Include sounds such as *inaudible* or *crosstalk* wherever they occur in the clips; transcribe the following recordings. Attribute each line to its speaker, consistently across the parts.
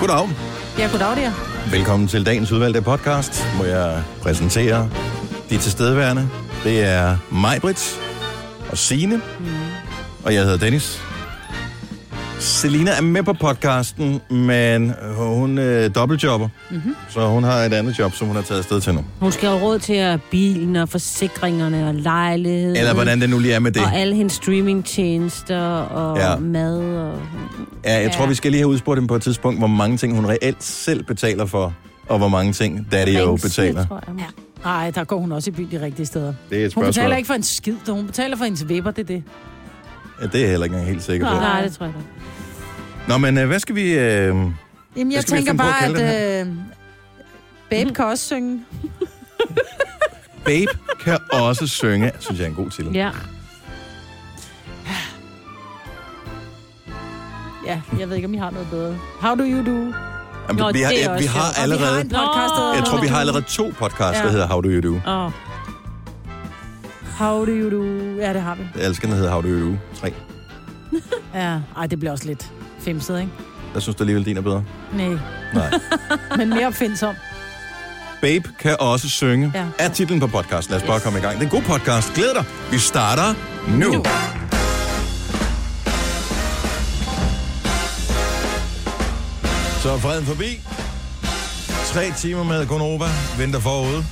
Speaker 1: Goddag.
Speaker 2: Ja, goddag der.
Speaker 1: Velkommen til dagens udvalgte podcast, hvor jeg præsenterer de tilstedeværende. Det er Majbrit og Sine mm. og jeg hedder Dennis. Selina er med på podcasten, men hun øh, dobbeltjobber, mm-hmm. så hun har et andet job, som hun har taget afsted til nu.
Speaker 2: Hun skal have råd til at bilen og forsikringerne og lejligheden.
Speaker 1: Eller hvordan det nu lige er med det.
Speaker 2: Og alle hendes streamingtjenester og
Speaker 1: Ja.
Speaker 2: ja. mad og...
Speaker 1: Ja, jeg tror,
Speaker 2: Ja.
Speaker 1: vi skal lige have udspurgt hende på et tidspunkt, hvor mange ting hun reelt selv betaler for, og hvor mange ting Daddy jo
Speaker 2: Rings,
Speaker 1: betaler.
Speaker 2: tror jeg.
Speaker 3: Ja. Nej, der går hun også i byen de rigtige steder.
Speaker 1: Det er et
Speaker 3: Hun betaler
Speaker 1: spørgsmål.
Speaker 3: ikke for en skid, dog. hun betaler for hendes vipper, det er det.
Speaker 1: Ja, det er jeg heller ikke engang helt sikker på.
Speaker 3: Nej.
Speaker 2: Nej, det tror jeg ikke.
Speaker 1: Nå, men øh, hvad skal vi... Øh...
Speaker 3: Jamen,
Speaker 1: Hvad
Speaker 3: jeg
Speaker 1: skal vi
Speaker 3: tænker
Speaker 1: finde på at
Speaker 3: bare,
Speaker 1: kalde
Speaker 3: at øh, Babe kan også synge.
Speaker 1: Babe kan også synge, synes jeg er en god titel.
Speaker 2: Ja.
Speaker 3: Ja, jeg ved ikke, om I har noget bedre. How do you do?
Speaker 1: Jamen,
Speaker 2: Nå,
Speaker 1: vi har,
Speaker 2: det er
Speaker 1: ja, vi
Speaker 2: også
Speaker 1: har
Speaker 2: sjovt.
Speaker 1: allerede...
Speaker 3: Og vi har en podcast, der hedder
Speaker 1: Jeg tror, vi har
Speaker 3: How Do
Speaker 1: allerede to podcasts, der
Speaker 3: Ja.
Speaker 1: hedder How Do You Do.
Speaker 2: Åh.
Speaker 3: You- How do you do? Ja, det har vi.
Speaker 1: Jeg elsker, den hedder How Do You Do 3.
Speaker 3: Ja, ej, det bliver også lidt femset, ikke?
Speaker 1: Jeg synes du alligevel, din er bedre.
Speaker 3: Nej,
Speaker 1: Nej.
Speaker 3: men mere opfindsom.
Speaker 1: Babe kan også synge,
Speaker 3: Ja.
Speaker 1: er titlen på podcasten. Lad os bare komme i gang. Det er en god podcast. Glæd dig. Vi starter nu.
Speaker 3: Nu.
Speaker 1: Så er freden forbi. Tre timer med Gonova venter forude.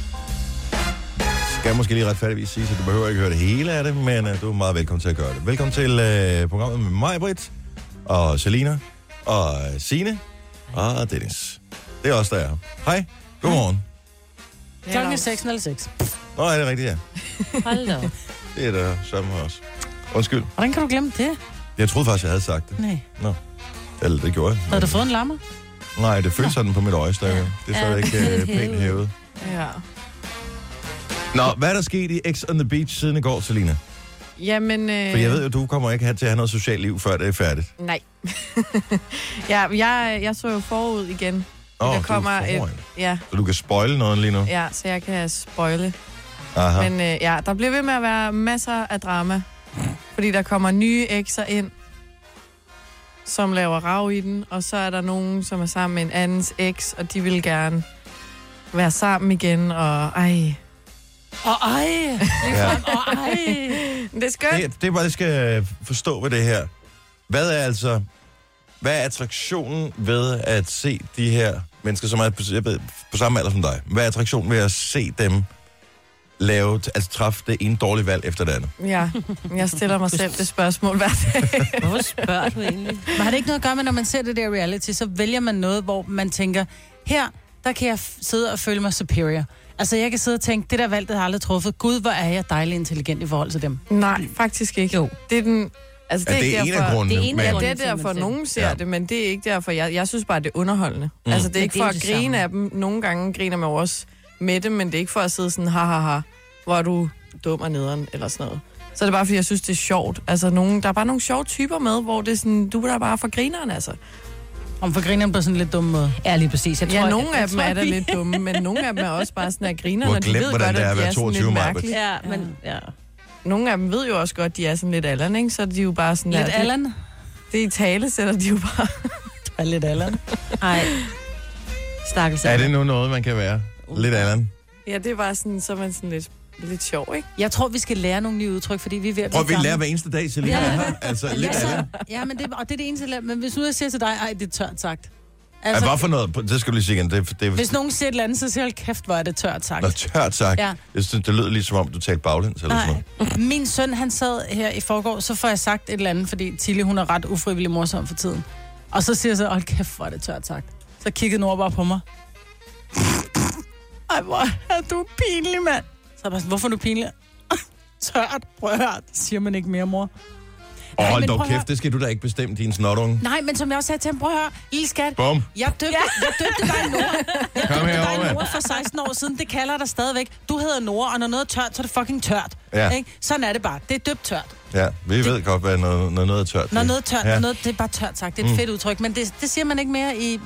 Speaker 1: Skal måske lige retfærdigvis sige, at du behøver ikke høre det hele af det, men uh, du er meget velkommen til at gøre det. Velkommen til uh, programmet med mig, Britt, og Selina, og Sine og Dennis. Det er os, der er her. Hej, godmorgen.
Speaker 3: *laughs* Klokken er 6.06.
Speaker 1: Nå, er det rigtigt, ja.
Speaker 2: Hold da op.
Speaker 1: Det er der sammen med os. Undskyld.
Speaker 3: Hvordan kan du glemme det?
Speaker 1: Jeg troede faktisk, jeg havde sagt det.
Speaker 3: Nej.
Speaker 1: Eller det gjorde jeg.
Speaker 3: Havde du fået en lammer?
Speaker 1: Nej, det føltes sådan på mit øjestakke. Det er stadigvæk ja. pænt hævet.
Speaker 4: Ja.
Speaker 1: Nå, hvad er der sket i X on the Beach siden i går, Selina?
Speaker 4: Jamen, øh,
Speaker 1: For jeg ved jo, du kommer ikke have- til at have noget socialt liv, før det er færdigt.
Speaker 4: Nej. *laughs* ja, jeg, jeg så jo forud igen.
Speaker 1: Åh,
Speaker 4: der
Speaker 1: du er
Speaker 4: kommer
Speaker 1: foran.
Speaker 4: et... Ja,
Speaker 1: Så du kan spoile noget lige nu?
Speaker 4: ja, så jeg kan spoile.
Speaker 1: Aha.
Speaker 4: Men øh, ja, der bliver ved med at være masser af drama. Fordi der kommer nye ekser ind, som laver rav i den. Og så er der nogen, som er sammen med en andens eks, og de vil gerne være sammen igen. Og ej,
Speaker 3: Og ej!
Speaker 1: Ja.
Speaker 3: Og ej!
Speaker 4: det er skønt.
Speaker 1: Det, det er bare, jeg skal øh, forstå ved det her. Hvad er altså... Hvad er attraktionen ved at se de her mennesker, som er på, jeg ved, på samme alder som dig? Hvad er attraktionen ved at se dem lave, altså træffe det ene dårlige valg efter det andet?
Speaker 4: Ja, jeg stiller mig selv det spørgsmål hver dag.
Speaker 2: Hvorfor spørger du egentlig?
Speaker 3: Men har det ikke noget at gøre med, når man ser det der reality, så vælger man noget, hvor man tænker, her, der kan jeg f- sidde og føle mig superior. Altså, jeg kan sidde og tænke, det der valg, det har jeg aldrig truffet. Gud, hvor er jeg dejlig intelligent i forhold til dem.
Speaker 4: Nej, faktisk ikke.
Speaker 2: Jo.
Speaker 4: Det er den... Altså,
Speaker 1: Ja, det er en
Speaker 4: derfor,
Speaker 1: af grundene.
Speaker 2: Det er en af
Speaker 1: men-
Speaker 4: Ja,
Speaker 2: grundene.
Speaker 4: det er
Speaker 2: til, at man
Speaker 4: derfor,
Speaker 2: ser
Speaker 4: nogen ser
Speaker 1: Ja.
Speaker 4: ja. det, men det er ikke derfor. Jeg, jeg synes bare, det er underholdende. Mm. Altså, det er
Speaker 2: Men
Speaker 4: ikke
Speaker 2: det er
Speaker 4: for
Speaker 2: jo
Speaker 4: at
Speaker 2: det
Speaker 4: grine
Speaker 2: samme.
Speaker 4: af dem. Nogle gange griner man jo også med det, men det er ikke for at sidde sådan, ha, ha, ha, hvor er du dum og nederen, eller sådan noget. Så er det bare, fordi jeg synes, det er sjovt. Altså, nogen, der er bare nogle sjove typer med, hvor det er sådan, du er da bare for grineren, altså.
Speaker 3: Om for grineren på sådan en lidt dum måde.
Speaker 2: Ja, lige præcis. Jeg
Speaker 4: ja,
Speaker 2: tror,
Speaker 4: nogle
Speaker 2: jeg,
Speaker 4: af dem er da lidt dumme, men nogle af dem er også bare sådan, at griner,
Speaker 1: Du har
Speaker 4: når de
Speaker 1: glemt,
Speaker 4: ved
Speaker 1: hvordan
Speaker 4: godt,
Speaker 1: det er at
Speaker 4: at de
Speaker 1: være
Speaker 4: er sådan
Speaker 1: 22
Speaker 4: lidt
Speaker 1: Maja.
Speaker 4: mærkelige.
Speaker 2: Ja, men... Ja.
Speaker 4: Nogle af dem ved jo også godt, at de er sådan lidt alderen, ikke? Så er de jo bare sådan,
Speaker 3: Lidt
Speaker 4: at det,
Speaker 3: Allan.
Speaker 4: det i tale sætter de jo bare.
Speaker 3: Ja, lidt Allan.
Speaker 2: Ej. Stakkels.
Speaker 1: Er det nu noget, man kan være?
Speaker 3: Uh.
Speaker 1: Lidt Allan.
Speaker 4: Ja, det var sådan, så er man sådan lidt, lidt sjov, ikke?
Speaker 3: Jeg tror, vi skal lære nogle nye udtryk, fordi vi er ved at
Speaker 1: Prøv
Speaker 3: blive
Speaker 1: vi lærer
Speaker 3: gamle.
Speaker 1: hver eneste dag, Selina.
Speaker 3: Ja.
Speaker 1: Ja. Altså, lidt
Speaker 3: ja,
Speaker 1: Allan.
Speaker 3: så, ja, men det, og det er det eneste, jeg lærer. men hvis nu jeg siger til dig, ej, det er tørt sagt.
Speaker 1: Altså,
Speaker 3: Altså,
Speaker 1: hvad for noget? Det skal du lige sige igen. Det, det,
Speaker 3: hvis nogen siger et eller andet, så siger jeg, "Hold kæft, hvor er det tørt sagt.
Speaker 1: Nå, tørt sagt. Ja.
Speaker 3: Ja.
Speaker 1: Jeg synes, det lød lige som om, du talte baglæns eller sådan
Speaker 3: Nej.
Speaker 1: noget.
Speaker 3: Min søn, han sad her i forgår, så får jeg sagt et eller andet, fordi Tilly, hun er ret ufrivillig morsom for tiden. Og så siger jeg så, hold kæft, hvor er det tørt sagt. Så kiggede Nora bare på mig. Ej, hvor er du pinlig, mand. Så er jeg bare sådan, hvorfor er du pinlig? *laughs* tørt, prøv at høre, det siger man ikke mere, mor.
Speaker 1: Åh,
Speaker 3: Nej,
Speaker 1: hold
Speaker 3: men
Speaker 1: dog
Speaker 3: prøv at
Speaker 1: kæft, det skal du da ikke bestemme, din snotunge.
Speaker 3: Nej, men som jeg også sagde til ham, prøv at høre, lille skat, *laughs*
Speaker 1: Bum.
Speaker 3: jeg døbte, jeg døbte dig Nora. Jeg
Speaker 1: Kom
Speaker 3: døbte
Speaker 1: herover,
Speaker 3: dig
Speaker 1: mand.
Speaker 3: Nora for 16 år siden. Det kalder jeg dig stadigvæk. Du hedder Nora, og når noget er tørt, så er det fucking tørt.
Speaker 1: Ja.
Speaker 3: Ikke? Sådan er det bare. Det er døbt tørt.
Speaker 1: Ja, vi ved godt, hvad noget, noget, noget er tørt.
Speaker 3: Når
Speaker 1: det.
Speaker 3: noget er tørt,
Speaker 1: Ja.
Speaker 3: ja. noget, det er bare tørt sagt. Det er et
Speaker 1: Mm.
Speaker 3: mm. fedt udtryk, men det, det siger man ikke mere i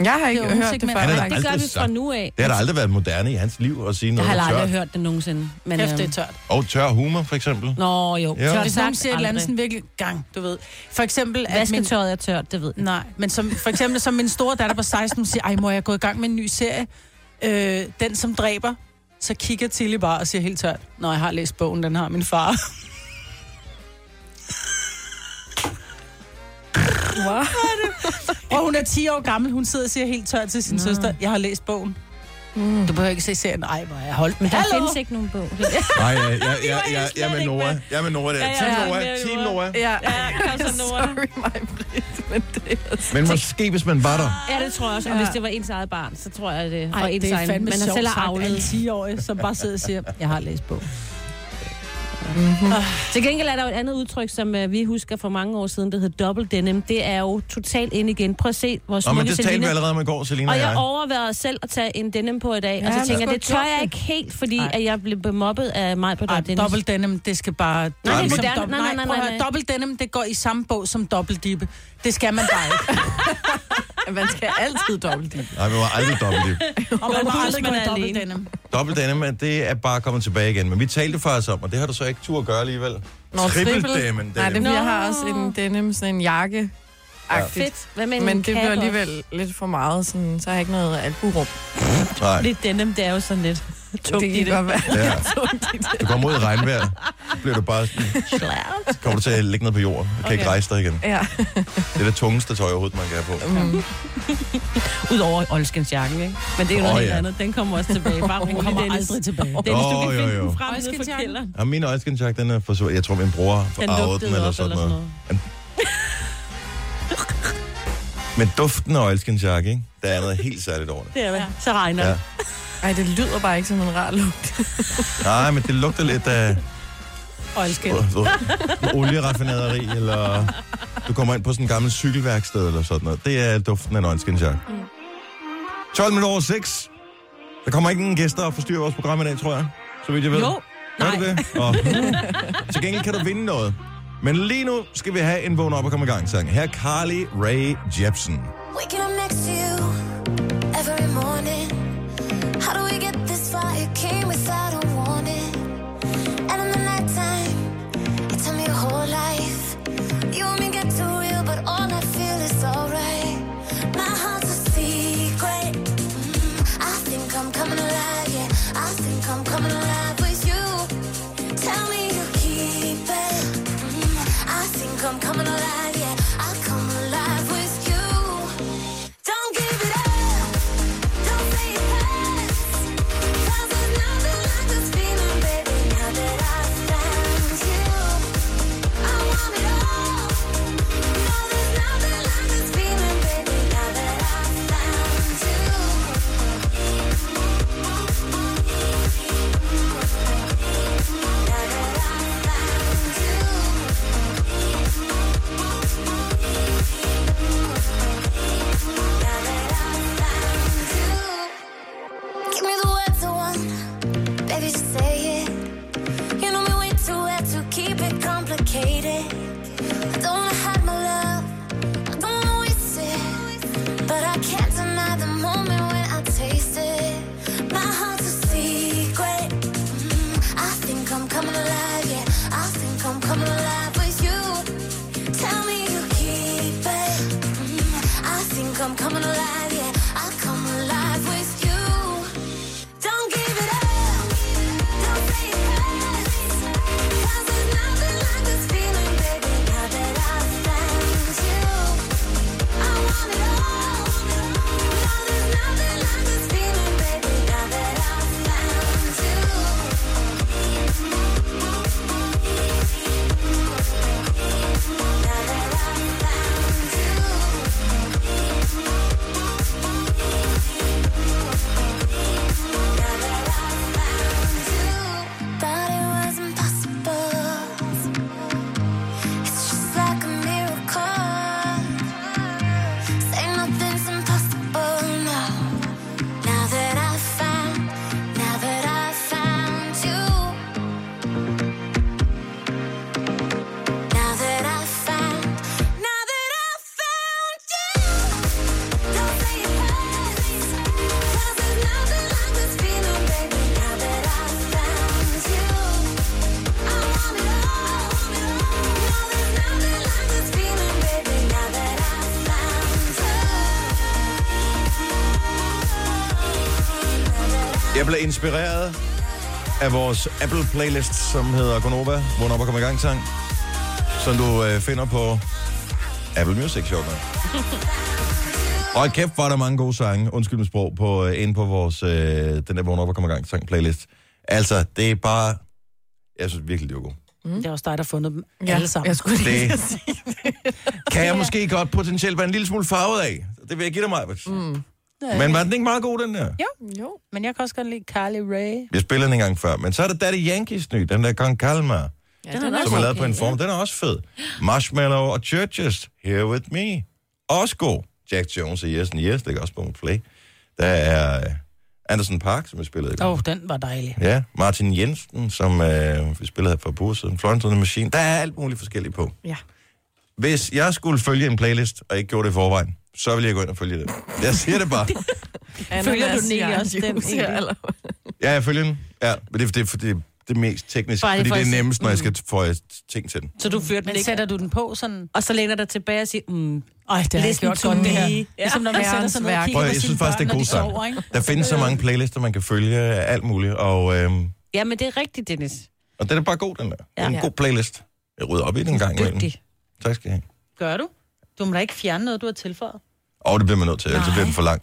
Speaker 4: Jeg har ikke
Speaker 3: Det er
Speaker 4: hørt det
Speaker 3: undsigt, men-
Speaker 4: før.
Speaker 1: Han er da
Speaker 4: faktisk.
Speaker 2: Det gør
Speaker 1: aldrig
Speaker 2: vi fra
Speaker 1: sagt.
Speaker 2: nu af.
Speaker 1: Det har da aldrig været moderne i hans liv at sige
Speaker 2: Jeg
Speaker 1: noget
Speaker 2: har
Speaker 1: tørt.
Speaker 2: aldrig hørt det nogensinde. Men,
Speaker 3: Kæft, det er
Speaker 2: øhm,
Speaker 3: tørt.
Speaker 1: Og tør humor, for eksempel.
Speaker 2: Nå jo,
Speaker 1: Ja.
Speaker 2: tørt
Speaker 3: Hvis nogen
Speaker 2: sagt
Speaker 3: siger et eller andet
Speaker 2: aldrig.
Speaker 3: sådan virkelig gang, du ved. For eksempel, at min,
Speaker 2: Vasketøjet er tørt, det ved jeg.
Speaker 3: Nej, men som, for eksempel som min store datter på 16, hun siger, ej mor, jeg er gået i gang med en ny serie. Øh, den, som dræber. Så kigger Tilly bare og siger helt tørt, Nå, jeg har læst bogen, den har min far.
Speaker 4: Wow.
Speaker 3: og hun er 10 år gammel, hun sidder og siger helt tørt til sin
Speaker 2: Nå.
Speaker 3: søster, jeg har læst bogen.
Speaker 4: Mm.
Speaker 3: Du behøver ikke se serien, nej, hvor er jeg holdt
Speaker 2: Men
Speaker 3: med.
Speaker 2: der
Speaker 3: Hallo!
Speaker 2: findes ikke nogen *laughs* bog.
Speaker 1: Nej, ja, ja, ja,
Speaker 2: var
Speaker 1: ja,
Speaker 2: jeg slet
Speaker 1: ja, med
Speaker 2: ikke
Speaker 1: Nora.
Speaker 2: med.
Speaker 1: Ja, med Nora der.
Speaker 2: Ja, ja,
Speaker 1: Team
Speaker 2: ja,
Speaker 1: Nora.
Speaker 2: med
Speaker 1: Team
Speaker 2: Nora.
Speaker 1: Nora.
Speaker 4: Ja,
Speaker 2: kom så, Nora.
Speaker 4: sorry mig, Britt, men det er altså...
Speaker 1: Men måske, hvis man var der.
Speaker 2: Ja, det tror jeg også. Og
Speaker 4: Ja.
Speaker 2: hvis det var ens eget barn, så tror jeg det.
Speaker 3: Ej,
Speaker 2: og ens
Speaker 3: det er
Speaker 2: egen.
Speaker 3: fandme
Speaker 2: Man har
Speaker 3: sjovt
Speaker 2: selv
Speaker 3: sagt af en
Speaker 2: afledt.
Speaker 3: 10-årig, som bare sidder og siger, jeg har læst bogen.
Speaker 4: Mm-hmm.
Speaker 2: Til gengæld er der jo et andet udtryk, som uh, vi husker for mange år siden, der hedder double denim. Det er jo totalt ind igen. Prøv at se,
Speaker 1: Nå,
Speaker 2: hvor
Speaker 1: men
Speaker 2: smukke
Speaker 1: det talte vi
Speaker 2: Selina
Speaker 1: allerede om i går, Selina
Speaker 2: Og
Speaker 1: og
Speaker 2: jeg
Speaker 1: jeg.
Speaker 2: overvejede selv at tage en denim på i dag, ja, og
Speaker 4: Ja,
Speaker 2: så
Speaker 4: du
Speaker 2: tænker jeg,
Speaker 4: skulle
Speaker 2: det tør
Speaker 4: have
Speaker 2: jeg
Speaker 4: gjort
Speaker 2: ikke helt, fordi
Speaker 3: Ej.
Speaker 2: at jeg blev mobbet af mig på
Speaker 3: Ej,
Speaker 2: det denim.
Speaker 3: dobbelt denim, det skal bare...
Speaker 1: Nej, det er
Speaker 3: Som
Speaker 2: moderne.
Speaker 3: dobbelt-
Speaker 2: Nej, nej, nej,
Speaker 3: prøv at
Speaker 2: nej,
Speaker 3: høre,
Speaker 2: nej.
Speaker 3: Dobbelt denim, det går i samme bog som dobbelt dibbe. Det skal man bare ikke.
Speaker 4: Man skal altid dobbelt
Speaker 3: *laughs*
Speaker 4: det.
Speaker 1: Nej, vi var aldrig dobbelt
Speaker 2: *laughs*
Speaker 1: i.
Speaker 3: Og man må
Speaker 2: Husk,
Speaker 3: aldrig gå
Speaker 2: man
Speaker 3: i
Speaker 2: er
Speaker 3: dobbelt
Speaker 2: alene.
Speaker 3: denim.
Speaker 1: Dobbelt denne, det er bare kommet tilbage igen. Men vi talte faktisk om, og det har du så ikke tur at gøre alligevel.
Speaker 4: Nå, triple.
Speaker 1: denim.
Speaker 4: Nej, det er,
Speaker 1: denim.
Speaker 4: fordi, jeg
Speaker 2: Nå.
Speaker 4: har også en denim, sådan en jakke agtigt
Speaker 2: Fedt. Hvad med en
Speaker 4: Men det
Speaker 2: kage
Speaker 4: blev
Speaker 2: også?
Speaker 4: alligevel lidt for meget, sådan, så har jeg ikke noget alburum.
Speaker 1: Nej,
Speaker 2: Lidt denim, det er jo sådan lidt
Speaker 4: *laughs*
Speaker 2: tungt
Speaker 4: det
Speaker 2: i
Speaker 4: kan
Speaker 2: det.
Speaker 4: godt være.
Speaker 1: ja.
Speaker 4: tungt i det.
Speaker 1: Du kommer ud i regnvejr, så bliver du bare sådan, så kommer du til at ligge ned på jorden, og kan okay. ikke rejse dig igen.
Speaker 4: Ja.
Speaker 1: Det er det tungeste tøj overhovedet, man kan have på.
Speaker 4: Mm.
Speaker 2: Udover oldskensjakken, ikke? Men det er jo
Speaker 1: Åh,
Speaker 2: noget helt
Speaker 1: ja.
Speaker 2: andet. Den kommer også tilbage. Bare rolig,
Speaker 3: Den kommer
Speaker 2: Dennis.
Speaker 3: aldrig tilbage.
Speaker 2: Dennis, du
Speaker 1: Åh,
Speaker 2: kan
Speaker 1: jo,
Speaker 2: finde
Speaker 1: jo.
Speaker 2: den frem nede fra
Speaker 3: Oldskensjakken.
Speaker 2: kælderen.
Speaker 1: Ja, min øjenskindjak, den er forsvundet. Jeg tror, min bror har
Speaker 2: Den
Speaker 1: arvet den
Speaker 2: lugtede
Speaker 1: eller
Speaker 2: op
Speaker 1: sådan
Speaker 2: eller sådan
Speaker 1: noget. Men duften af øjenskindjak, ikke? Der er noget helt særligt over det.
Speaker 2: Det er det. Så regner
Speaker 1: Ja.
Speaker 2: det.
Speaker 4: Ej, det lyder bare ikke som en rar lugt.
Speaker 1: Nej, men det lugter lidt af
Speaker 3: Oilskin.
Speaker 1: øh, olieraffinaderi, eller du kommer ind på sådan en gammel cykelværksted eller sådan noget. Det er duften af en øjenskindjak.
Speaker 2: Mm.
Speaker 1: 12 minutter over 6. Der kommer ikke nogen gæster og forstyrrer vores program i dag, tror jeg. Så vidt jeg ved.
Speaker 3: Jo,
Speaker 1: Gør du det?
Speaker 2: *laughs*
Speaker 1: Nå. Til gengæld kan du vinde noget. Men lige nu skal vi have en vågn op og komme i gang sang. Her er Carly Ray Jepsen.
Speaker 5: Waking up next to you every morning. How do we get this far? It came without a warning. And in the nighttime, you tell me your whole life. You and me get too real, but all I feel is alright. My heart's a secret. Mm, I think I'm coming alive, yeah. I think I'm coming alive with you. Tell me you keep it. Mm, I think I'm coming alive, yeah. I come alive with you. Don't give it up. Don't say it hurts. 'Cause there's nothing like this feeling, baby. Now that I found you, I want it all. No, there's nothing like this feeling, baby. Now that I found you. Give me the words I want, baby, just say it. You know me way too well to keep it complicated. I don't wanna hide my love, I don't wanna waste it. But I can't deny the moment when I taste it. My heart's a secret. Mm, I think I'm coming alive, yeah. I think I'm coming alive with you. Tell me you keep it. Mm, I think I'm coming alive, yeah. I come alive with you. Don't give it up. Don't say it hurts. 'Cause there's nothing like this feeling, baby. Now that I found you, I want it all. No, there's nothing like this feeling, baby. Now that I found you.
Speaker 1: blev inspireret af vores Apple-playlist, som hedder Gonova, Vågn op og kom i gang sang, som du øh, finder på Apple Music, sjovt nok. Og hold kæft, var der mange gode sange, undskyld med sprog, på, øh, inde på vores, øh, den der Vågn op og kom i gang sang playlist. Altså, det er bare, jeg synes virkelig, det var godt.
Speaker 3: Det er også dig, der har fundet dem ja.
Speaker 4: Ja,
Speaker 3: alle sammen.
Speaker 4: Jeg skulle lige
Speaker 1: Det-
Speaker 4: det... sige det.
Speaker 1: Kan jeg måske godt potentielt være en lille smule farvet af? Det vil jeg give dig mig. Mm. Men var den ikke meget god, den der?
Speaker 3: Jo,
Speaker 4: Jo.
Speaker 3: *laughs* men jeg kan også godt lide Carly Rae.
Speaker 1: Vi spillede den engang før, men så er der Daddy Yankees ny, den der Gran Calma,
Speaker 4: Ja,
Speaker 2: den er
Speaker 1: som er
Speaker 2: okay,
Speaker 1: lavet på en form. Den er også fed. Marshmallow og Churches, Here With Me. Også god. Jack Jones og Yes and Yes, det er også på play. Der er øh, Anderson Park, som vi spillede i går.
Speaker 3: Åh, oh, den var dejlig.
Speaker 1: Ja, Martin Jensen, som øh, vi spillede her for Bursen. Florence and the Machine. Der er alt muligt forskelligt på.
Speaker 4: Ja.
Speaker 1: Hvis jeg skulle følge en playlist, og ikke gjorde det i forvejen, så ville jeg gå ind og følge den. Jeg siger det bare.
Speaker 2: Følger du den egentlig
Speaker 4: Ananas,
Speaker 2: også, den
Speaker 4: jernjuice,
Speaker 2: egentlig?
Speaker 4: ja, eller hvad?
Speaker 1: Ja, jeg følger den. Ja, men det er, det er, for- det er det mest teknisk,
Speaker 2: Bare
Speaker 1: Bare
Speaker 2: lige
Speaker 1: fordi det
Speaker 2: for at
Speaker 1: er
Speaker 2: se- Mm.
Speaker 1: nemmest, når jeg skal få øh, ting til den.
Speaker 2: Så du fører den
Speaker 3: Men
Speaker 2: ikke,
Speaker 3: sætter du den på sådan...
Speaker 2: og så læner dig tilbage og siger, mm,
Speaker 3: Ej, det har jeg
Speaker 2: Listen
Speaker 3: gjort
Speaker 2: to
Speaker 3: godt, det
Speaker 2: me.
Speaker 3: her.
Speaker 2: Ja.
Speaker 3: Ligesom når man
Speaker 4: Herrens
Speaker 3: sætter sig ned og
Speaker 4: værk.
Speaker 3: kigger
Speaker 1: Prøv,
Speaker 3: på
Speaker 1: jeg
Speaker 3: sine
Speaker 1: synes faktisk,
Speaker 3: børn,
Speaker 1: det er
Speaker 3: når
Speaker 1: gode
Speaker 3: de sover,
Speaker 1: sange.
Speaker 3: ikke?
Speaker 1: Der findes så mange playlister, man kan følge øh, alt muligt, og, øh,
Speaker 2: ja, men det er rigtigt, Dennis.
Speaker 1: og den er bare god, den der. Ja.
Speaker 2: Ja.
Speaker 1: En god playlist. Jeg rydder op i den en gang imellem.
Speaker 2: Dygtig.
Speaker 1: Tak skal I have.
Speaker 3: Gør du? Du må da ikke fjerne noget, du har tilføjet.
Speaker 1: Og det bliver man nødt til, ellers så bliver den for lang.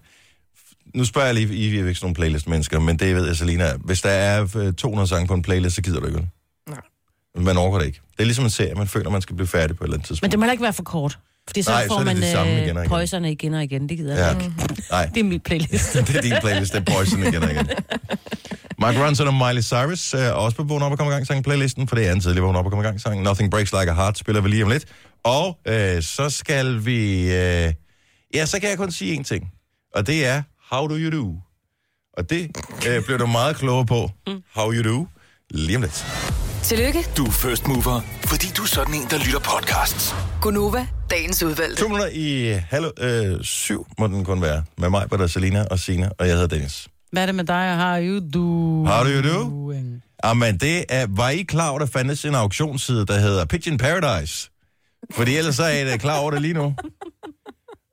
Speaker 1: Nu spørger jeg lige, I er jo ikke sådan nogle playlist-mennesker, men det ved jeg, Selina. er. Hvis der er øh, 200 sange på en playlist, så gider du ikke, vel?
Speaker 4: Nej.
Speaker 1: Man overgår det ikke. Det er ligesom en serie, man føler, man skal blive færdig på et eller andet tidspunkt.
Speaker 2: Men det må heller ikke være for kort. Fordi så
Speaker 1: Nej, så
Speaker 2: får
Speaker 1: er det
Speaker 2: man øh,
Speaker 1: det samme igen og igen.
Speaker 2: prøjserne igen og igen. Det gider jeg
Speaker 1: Ja.
Speaker 2: ikke.
Speaker 1: Nej,
Speaker 2: Det er min
Speaker 1: *laughs*
Speaker 2: playlist.
Speaker 1: det er din playlist, det er Poison igen og igen. Mark Ronson og Miley Cyrus er også på Vågen op og komme i gang sang playlisten, for det er en tidlig Vågen op og komme i gang sang. Nothing Breaks Like a Heart spiller vi lige om lidt. Og øh, så skal vi... Øh, ja, så kan jeg kun sige én ting, og det er How Do You Do? Og det øh, bliver du meget klogere på, How You Do, lige om lidt.
Speaker 6: Tillykke,
Speaker 7: Du er first mover, fordi du er sådan en, der lytter podcasts.
Speaker 6: Gunova, dagens udvalgte.
Speaker 1: To minutter i halv øh, syv må den kun være, med mig, Britta, Selina og Sina og jeg hedder Dennis.
Speaker 3: Hvad er det med dig, og har you do?
Speaker 1: How do you do? Jamen, det er, var I klar over, der fandtes en auktionsside, der hedder Pigeon Paradise? Fordi ellers så er I da klar over det lige nu.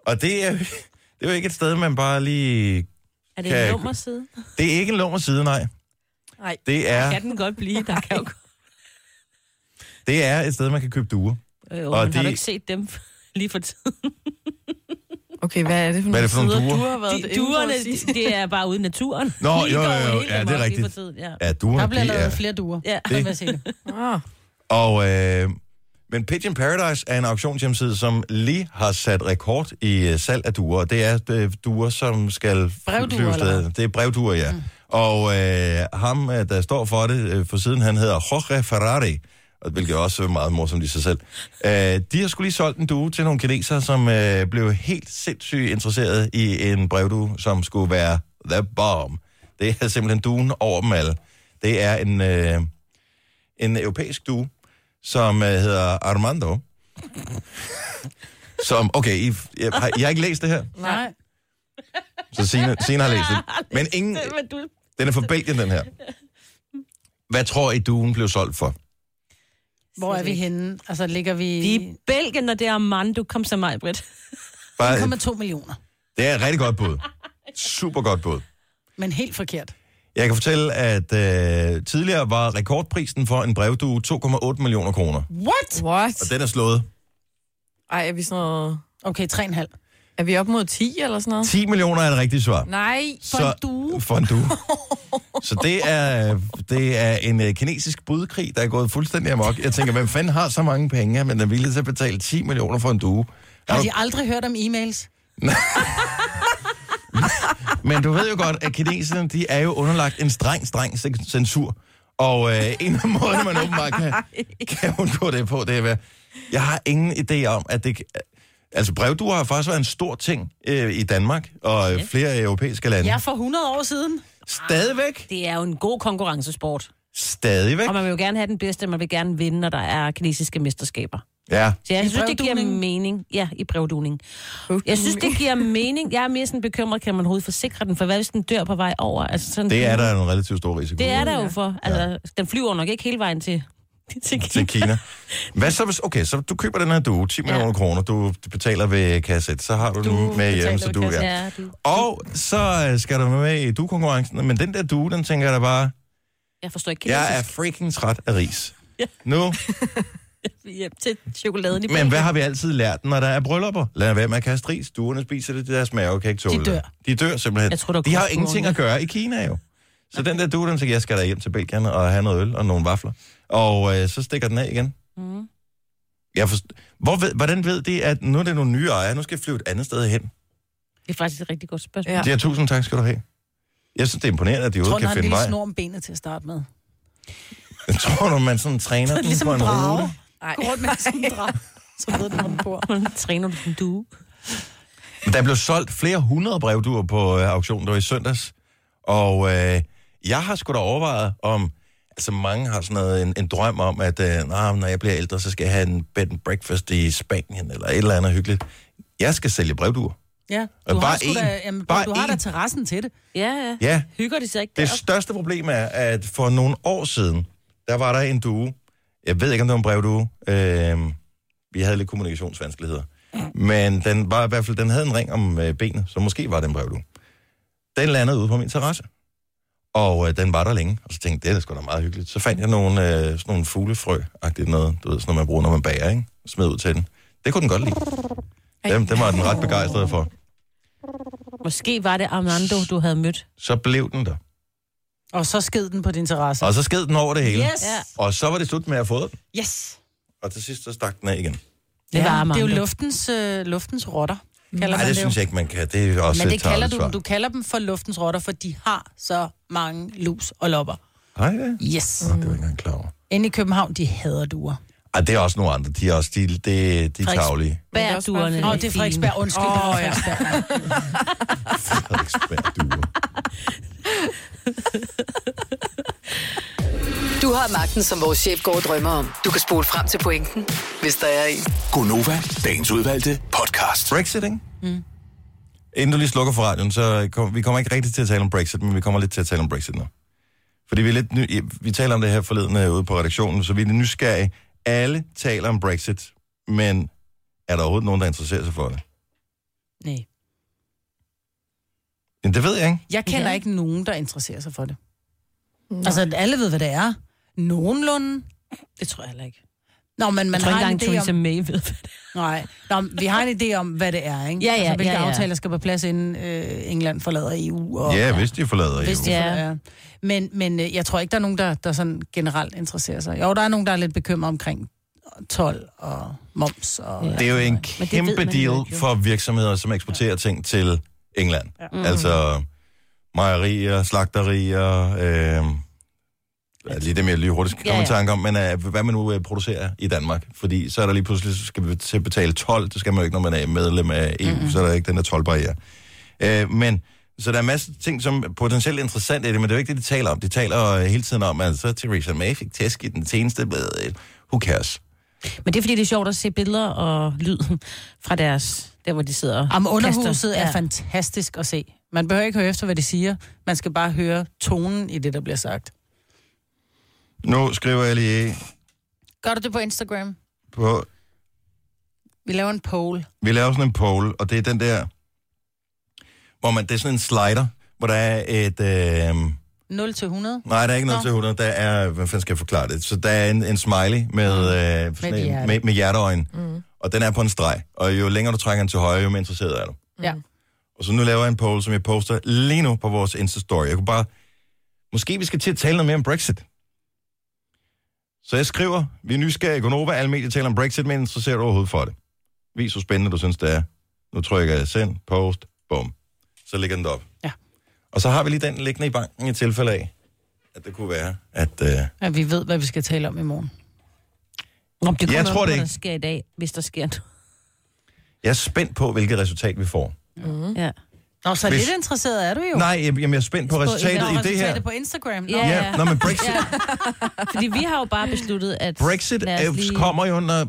Speaker 1: Og det er, det er jo ikke et sted, man bare lige...
Speaker 2: Er
Speaker 1: Kan
Speaker 2: det
Speaker 1: jeg-
Speaker 2: en nummerside?
Speaker 1: Det er ikke en lummerside, nej.
Speaker 4: Nej.
Speaker 1: Det er,
Speaker 2: Kan den godt blive? Der kan jo...
Speaker 1: det er et sted, man kan købe duer.
Speaker 2: Øh,
Speaker 1: Og
Speaker 2: og de... har
Speaker 1: de-
Speaker 2: du ikke set dem *laughs* lige for tiden?
Speaker 4: Okay, hvad er det for
Speaker 1: Hvad er det for nogle
Speaker 4: sider,
Speaker 1: duer?
Speaker 4: du har været
Speaker 2: De,
Speaker 4: inde på
Speaker 2: duerne,
Speaker 4: at sige?
Speaker 2: de- det er bare ude i naturen.
Speaker 1: Nå,
Speaker 2: De
Speaker 1: jo,
Speaker 2: går
Speaker 1: jo, jo.
Speaker 2: helt
Speaker 1: Ja,
Speaker 2: amok
Speaker 1: det er
Speaker 2: lige
Speaker 1: rigtigt.
Speaker 2: for tiden, Ja.
Speaker 1: Ja,
Speaker 3: Der
Speaker 1: duerne,
Speaker 3: bliver
Speaker 1: de
Speaker 3: lavet
Speaker 1: er...
Speaker 3: flere duer.
Speaker 2: Ja.
Speaker 3: Det. Jeg sige det.
Speaker 4: Ah,
Speaker 1: Og, øh, men Pigeon Paradise er en auktionshjemmeside, som lige har sat rekord i øh, salg af duer. Og Det er øh, duer, som skal...
Speaker 3: Brevduer,
Speaker 1: flyves
Speaker 3: eller
Speaker 1: afsted. Det er brevduer, ja. Mm. Og øh, ham, øh, der står for det øh, for siden, han hedder Jorge Ferrari, og hvilket også er meget morsomt i sig selv. Øh, de har skulle lige solgt en due til nogle kinesere, som øh, blev helt sindssygt interesseret i en brevdue, som skulle være the bomb. Det er simpelthen duen over dem alle. Det er en... Øh, en europæisk due, som øh, hedder Armando. som, okay, I, jeg, har, I har ikke læst det her,
Speaker 3: Nej.
Speaker 1: så Sina, Sina har læst det. Men ingen,
Speaker 2: *laughs* Men du...
Speaker 1: den er fra Belgien, den her. Hvad tror I, duen blev solgt for?
Speaker 3: Hvor er vi henne? Altså, ligger vi...
Speaker 2: Vi er i Belgien, når det er Armando. Kom så mig, Britt.
Speaker 1: Bare,
Speaker 3: 1,2 millioner.
Speaker 1: det er et rigtig godt bud. Super godt bud.
Speaker 3: Men helt forkert.
Speaker 1: Jeg kan fortælle, at øh, tidligere var rekordprisen for en brevdue 2,8 millioner kroner.
Speaker 3: What?
Speaker 4: what?
Speaker 1: Og den er slået.
Speaker 4: Ej, er vi sådan noget...
Speaker 3: Okay, 3,5.
Speaker 4: Er vi op mod 10 eller sådan noget?
Speaker 1: 10 millioner er et rigtigt svar.
Speaker 4: Nej.
Speaker 3: For en due?
Speaker 1: For en
Speaker 3: *laughs*
Speaker 1: due. Så det er, det er en øh, kinesisk budkrig, der er gået fuldstændig amok. Jeg tænker, hvem fanden har så mange penge, men er villig til at betale 10 millioner for en due? Er
Speaker 3: Har
Speaker 1: du,
Speaker 3: de aldrig hørt om e-mails?
Speaker 1: *laughs* men du ved jo godt, at kineserne de er jo underlagt en streng, streng cen- censur. Og øh, en af måderne, man åbenbart kan, kan undgå det på, det er ved... Jeg har ingen idé om, at det... Altså, brevduer har faktisk været en stor ting øh, i Danmark og øh, flere europæiske lande.
Speaker 3: Ja, for 100 år siden.
Speaker 1: Stadigvæk.
Speaker 2: Det er jo en god konkurrencesport.
Speaker 1: Stadigvæk.
Speaker 2: Og man vil jo gerne have den bedste, man vil gerne vinde, når der er kinesiske mesterskaber.
Speaker 1: Ja.
Speaker 2: Så jeg
Speaker 3: I
Speaker 2: synes, det giver
Speaker 3: brevduningen?
Speaker 2: mening. Ja, i brevduningen. Jeg synes, det giver mening. Jeg er mere sådan bekymret, kan man overhovedet forsikre den, for hvad hvis den dør på vej over? Altså sådan,
Speaker 1: Det er der en relativt stor risiko.
Speaker 2: Det er der jo for. Altså, Den flyver nok ikke hele vejen til til
Speaker 1: til
Speaker 2: Kina.
Speaker 1: Kina. Hvad så hvis, okay, så du køber den her due, 10 millioner ja. kroner, du betaler ved kasset, så har du, den med hjemme, så du, ja.
Speaker 2: ja du,
Speaker 1: Og så øh, skal du med i du-konkurrencen, men den der due, den tænker jeg da bare,
Speaker 2: jeg forstår ikke
Speaker 1: jeg er
Speaker 2: kinesisk.
Speaker 1: freaking træt af ris.
Speaker 2: Ja.
Speaker 1: Nu,
Speaker 2: Ja, til chokoladen i
Speaker 1: men hvad har vi altid lært, når der er bryllupper? Lad være med at kaste ris. Duerne spiser det, deres mave kan ikke tåle
Speaker 3: De dør.
Speaker 1: det. De dør simpelthen.
Speaker 2: Jeg tror, der er
Speaker 1: de har
Speaker 2: kun
Speaker 1: ingenting
Speaker 2: duerne.
Speaker 1: at gøre i Kina jo. Så den der due, den tænker, jeg skal da hjem til Belgien og have noget øl og nogle vafler. Og øh, så stikker den af igen.
Speaker 2: Mm.
Speaker 1: Jeg forst- Hvor ved, hvordan ved de, at nu er det nogle nye ejere, nu skal jeg flyve et andet sted hen?
Speaker 2: Det er faktisk et rigtig godt spørgsmål.
Speaker 4: Ja.
Speaker 2: Ja.
Speaker 1: Ja. Det er tusind tak skal du have. Jeg synes, det er imponerende, at de
Speaker 3: Jeg tror,
Speaker 1: overhovedet kan
Speaker 3: den har en
Speaker 1: finde
Speaker 3: lille
Speaker 1: vej.
Speaker 3: snor om benet til at starte med.
Speaker 1: *laughs* Tror du, man sådan
Speaker 3: *laughs*
Speaker 1: træner den
Speaker 3: Ligesom
Speaker 1: på en
Speaker 3: en
Speaker 1: rute?
Speaker 3: drage. Gå rundt med sådan en drage. Så ved den, hvor den bor.
Speaker 2: *laughs* Træner du en due?
Speaker 1: Der blev solgt flere hundrede brevduer på øh, auktionen, der var i søndags. Og øh, jeg har sgu da overvejet om... Altså mange har sådan noget, en, en drøm om, at øh, nah, når jeg bliver ældre, så skal jeg have en bed and breakfast i Spanien, eller et eller andet hyggeligt. Jeg skal sælge brevduer.
Speaker 3: Ja,
Speaker 1: Og
Speaker 3: du
Speaker 1: Øh, bare
Speaker 3: har, sgu da,
Speaker 1: én.
Speaker 3: jamen,
Speaker 1: Bare
Speaker 3: du har da
Speaker 1: én.
Speaker 3: terrassen til det.
Speaker 2: Ja, ja.
Speaker 1: Ja,
Speaker 2: Hygger de sig ikke
Speaker 1: Det
Speaker 2: deroppe?
Speaker 1: største problem er, at for nogle år siden, der var der en due. Jeg ved ikke, om det var en brevdue. Øh, vi havde lidt kommunikationsvanskeligheder. Men den var i hvert fald, den havde en ring om øh, benet, så måske var den en brevdue. Den landede ude på min terrasse. Og øh, den var der længe, og så tænkte jeg, det er da sgu da meget hyggeligt. Så fandt jeg nogle, øh, sådan nogle fuglefrø-agtigt noget, du ved, sådan noget, man bruger, når man bager, ikke? Smed ud til den. Det kunne den godt lide. Dem, dem var den ret begejstret for.
Speaker 2: Måske var det Armando, du havde mødt.
Speaker 1: Så blev den der.
Speaker 3: Og så sked den på din terrasse.
Speaker 1: Og så sked den over det hele.
Speaker 3: Yes!
Speaker 2: Ja.
Speaker 1: Og så var det slut med at få den.
Speaker 3: Yes!
Speaker 1: og til sidst så stak den af igen.
Speaker 2: Det var
Speaker 3: det Mm. er
Speaker 2: Armando.
Speaker 3: jo luftens, øh, luftens rotter, kalder
Speaker 1: Nej,
Speaker 3: man
Speaker 1: det
Speaker 3: det, jo.
Speaker 1: synes jeg ikke, man kan. Det er også
Speaker 3: Men det
Speaker 1: et tarveligt
Speaker 3: kalder du
Speaker 1: svar.
Speaker 3: dem. Du kalder dem for luftens rotter, for de har så mange lus og lopper.
Speaker 1: Nej, det,
Speaker 3: Yes.
Speaker 1: Nå, det var jeg ikke engang klar over.
Speaker 3: Inde i København, de hader duer.
Speaker 1: Ej, det er også nogle andre. De er også de, de, de
Speaker 2: Frederiks-
Speaker 1: *laughs* tavlige.
Speaker 4: det er også bare
Speaker 2: Bærduerne.
Speaker 4: fint.
Speaker 3: Nå, det er Frederiksberg. Undskyld,
Speaker 4: Åh,
Speaker 3: oh,
Speaker 4: ja.
Speaker 3: ja. Frederiksberg.
Speaker 1: Frederiksberg-duer.
Speaker 6: Du har magten, som vores chef går og drømmer om. Du kan spole frem til pointen, hvis der er en.
Speaker 7: Gonova, dagens udvalgte podcast.
Speaker 1: Brexit, ikke? Mm. Inden du lige slukker for radioen, så kom, vi kommer ikke rigtig til at tale om Brexit, men vi kommer lidt til at tale om Brexit nu. Fordi vi, er lidt ny, vi taler om det her forleden øh, ude på redaktionen, så vi er lidt nysgerrige. Alle taler om Brexit, men er der overhovedet nogen, der interesserer sig for det?
Speaker 3: Nej.
Speaker 1: Men det ved jeg ikke.
Speaker 3: Jeg kender
Speaker 2: Ja.
Speaker 3: ikke nogen, der interesserer sig for det. Altså, alle ved, hvad det er. Nogenlunde.
Speaker 2: Det tror jeg heller ikke.
Speaker 3: Nå, men
Speaker 2: Jeg
Speaker 3: man
Speaker 2: tror ikke
Speaker 3: har en
Speaker 2: engang,
Speaker 3: idé
Speaker 2: Theresa
Speaker 3: om...
Speaker 2: May ved, hvad det er.
Speaker 3: Nej. Nå, men vi har en idé om, hvad det er, ikke?
Speaker 2: Ja, ja,
Speaker 3: altså, hvilke
Speaker 2: ja, ja.
Speaker 3: aftaler skal på plads, inden øh, England forlader EU. Og,
Speaker 1: Ja, hvis de forlader
Speaker 3: Hvis de
Speaker 1: EU.
Speaker 2: Ja.
Speaker 3: ja. Men, men øh, jeg tror ikke, der er nogen, der, der sådan generelt interesserer sig. Jo, der er nogen, der er lidt bekymret omkring 12 og moms. Og,
Speaker 1: Det er jo en
Speaker 2: Men det ved
Speaker 1: kæmpe
Speaker 2: man jo
Speaker 1: deal
Speaker 2: ikke, jo.
Speaker 1: for virksomheder, som eksporterer ting til England. Ja. Altså mejerier, slagterier, øh, er lige det, jeg lige hurtigt skal komme ja, ja.
Speaker 2: Ja,
Speaker 1: i
Speaker 2: ja.
Speaker 1: tanke om, men øh, hvad man nu øh, producerer i Danmark. Fordi så er der lige pludselig, så skal vi til at betale 12, det skal man jo ikke, når man er medlem af EU, mm-hmm. så er der ikke den der 12-barriere. Øh, men, så der er masser af ting, som er potentielt interessant i det, men det er jo ikke det, de taler om. De taler øh, hele tiden om, at så Theresa May fik tæsk i den seneste, øh, who cares?
Speaker 2: Men det er, fordi det er sjovt at se billeder og lyd fra deres... Der, hvor de sidder og
Speaker 3: Om
Speaker 2: kaster.
Speaker 3: underhuset
Speaker 2: Ja.
Speaker 3: er fantastisk at se. Man behøver ikke høre efter, hvad de siger. Man skal bare høre tonen i det, der bliver sagt.
Speaker 1: Nu skriver jeg lige
Speaker 3: Gør du det på Instagram?
Speaker 1: på
Speaker 3: Vi laver en poll.
Speaker 1: vi laver sådan en poll, og det er den der, hvor man, det er sådan en slider, hvor der er et, øh,
Speaker 3: 0 til 100.
Speaker 1: nej, der er ikke noget
Speaker 3: Nå.
Speaker 1: til 100, der er, hvad fanden skal jeg forklare det, så der er en, en smiley med, øh, sådan
Speaker 3: et
Speaker 1: en-
Speaker 3: hjerte.
Speaker 1: med, med hjerteøjen, mm. og den er på en streg, og jo længere du trækker den til højre, jo mere interesseret er du.
Speaker 3: Ja.
Speaker 1: Og så nu laver jeg en poll, som jeg poster lige nu på vores Insta-story. Jeg kunne bare... Måske vi skal til at tale noget mere om Brexit. Så jeg skriver, vi er nysgerrige. Gonova, alle medier taler om Brexit, men interesserer du overhovedet for det. Vis, hvor spændende du synes, det er. Nu trykker jeg send, post, bum. Så ligger den op.
Speaker 3: Ja.
Speaker 1: Og så har vi lige den liggende i banken i tilfælde af, at det kunne være, at... Øh,
Speaker 3: ja. vi ved, hvad vi skal tale om i morgen.
Speaker 2: Nå, men det
Speaker 1: Jeg
Speaker 2: kommer
Speaker 1: tror
Speaker 2: an på,
Speaker 1: det
Speaker 2: hvad
Speaker 1: ikke.
Speaker 2: Der sker i dag, hvis der sker noget.
Speaker 1: jeg er spændt på, hvilket resultat vi får.
Speaker 2: Ja.
Speaker 3: Nå, så
Speaker 1: Hvis-
Speaker 3: Hvis... lidt interesseret er du jo.
Speaker 1: Nej, jeg, jamen, jeg er spændt på resultatet i det her.
Speaker 3: Resultatet på Instagram. Nå.
Speaker 2: Ja.
Speaker 1: Ja,
Speaker 2: *laughs*
Speaker 1: nå, men Brexit,
Speaker 2: Fordi vi har jo bare besluttet, at...
Speaker 1: Brexit
Speaker 2: lad os
Speaker 1: er, lige... kommer jo under...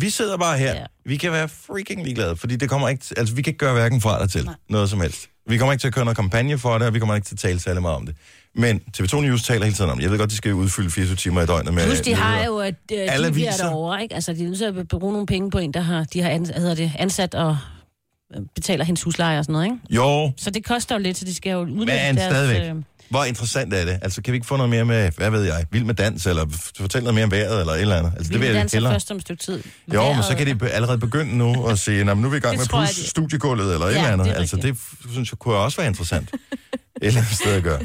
Speaker 1: Vi sidder bare her.
Speaker 2: Ja.
Speaker 1: Vi kan være freaking ligeglade, fordi det kommer ikke til, altså, vi kan ikke gøre hverken fra eller til Nej. noget som helst. Vi kommer ikke til at køre noget kampagne for det, og vi kommer ikke til at tale særlig meget om det. Men TV2 News taler hele tiden om det. Jeg ved godt, de skal udfylde 24 timer i døgnet med...
Speaker 2: Plus, de har
Speaker 1: nyheder.
Speaker 2: jo at, øh,
Speaker 1: Alle
Speaker 2: de bliver
Speaker 1: aviser.
Speaker 2: derovre, ikke? Altså, de er nødt til at bruge nogle penge på en, der har, de har ans, hvad hedder det, ansat og øh, betaler hendes husleje og sådan noget, ikke?
Speaker 1: Jo,
Speaker 2: Så det koster jo lidt, så de skal jo udnytte
Speaker 1: men
Speaker 2: deres...
Speaker 1: stadigvæk.
Speaker 2: øh,
Speaker 1: Hvor interessant er det? Altså, kan vi ikke få noget mere med, hvad ved jeg, vild med dans, eller f- fortæl noget mere om vejret, eller et eller andet? Altså, det vil
Speaker 2: vi
Speaker 1: jeg
Speaker 2: danser
Speaker 1: hellere.
Speaker 2: først om et stykke tid.
Speaker 1: Jo, men så kan de be- allerede begynde nu at sige, "Nå, men nu er vi i gang
Speaker 2: Det
Speaker 1: med
Speaker 2: tror jeg,
Speaker 1: plus
Speaker 2: de-
Speaker 1: studiegulvet eller et
Speaker 2: Ja,
Speaker 1: eller andet.
Speaker 2: det er
Speaker 1: altså, det
Speaker 2: rigtigt.
Speaker 1: f- synes jeg kunne også være interessant. et eller andet sted at gøre.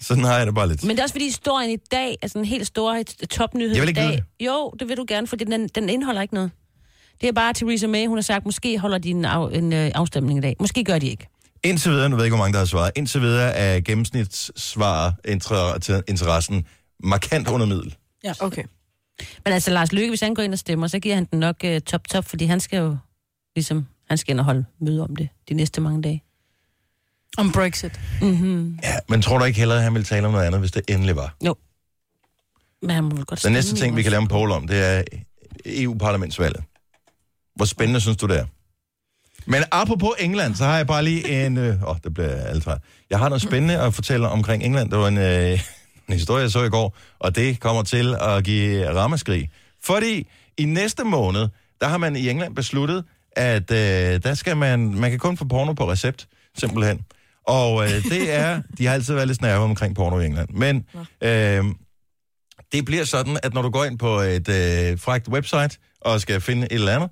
Speaker 1: Sådan har jeg det bare lidt.
Speaker 2: Men det er også fordi historien i dag er sådan en helt stor topnyhed
Speaker 1: Jeg vil ikke
Speaker 2: i
Speaker 1: vide
Speaker 2: dag. Jo, det vil du gerne, for den, den indeholder ikke noget. Det er bare Theresa May, hun har sagt, måske holder de en, af, en øh, afstemning i dag. Måske gør de ikke.
Speaker 1: Indtil videre, nu ved jeg ikke, hvor mange der har svaret, indtil videre er gennemsnitssvar inter- til interessen markant under middel.
Speaker 4: Okay.
Speaker 2: Men altså, Lars Løkke, hvis han går ind og stemmer, så giver han den nok øh, top-top, fordi han skal jo ligesom, han skal ind og holde møde om det de næste mange dage.
Speaker 3: Om Brexit.
Speaker 1: Ja, men tror du ikke hellere, at han ville tale om noget andet, hvis det endelig var?
Speaker 2: Men han må vel godt
Speaker 1: Den
Speaker 2: stemme,
Speaker 1: næste ting, vi
Speaker 2: ikke
Speaker 1: kan lave en poll om, det er EU-parlamentsvalget. Hvor spændende synes du, det er? Men apropos England, så har jeg bare lige en... Åh, øh, oh, det bliver alt træt. Jeg har noget spændende at fortælle omkring England. Det var en, øh, *laughs* en historie, jeg så i går, og det kommer til at give ramaskrig. Fordi i næste måned, der har man i England besluttet, at øh, der skal man... Man kan kun få porno på recept, simpelthen. Og øh, det er... De har altid været lidt snæve omkring porno i England. Men... Øh, det bliver sådan, at når du går ind på et øh, frækt website og skal finde et eller andet,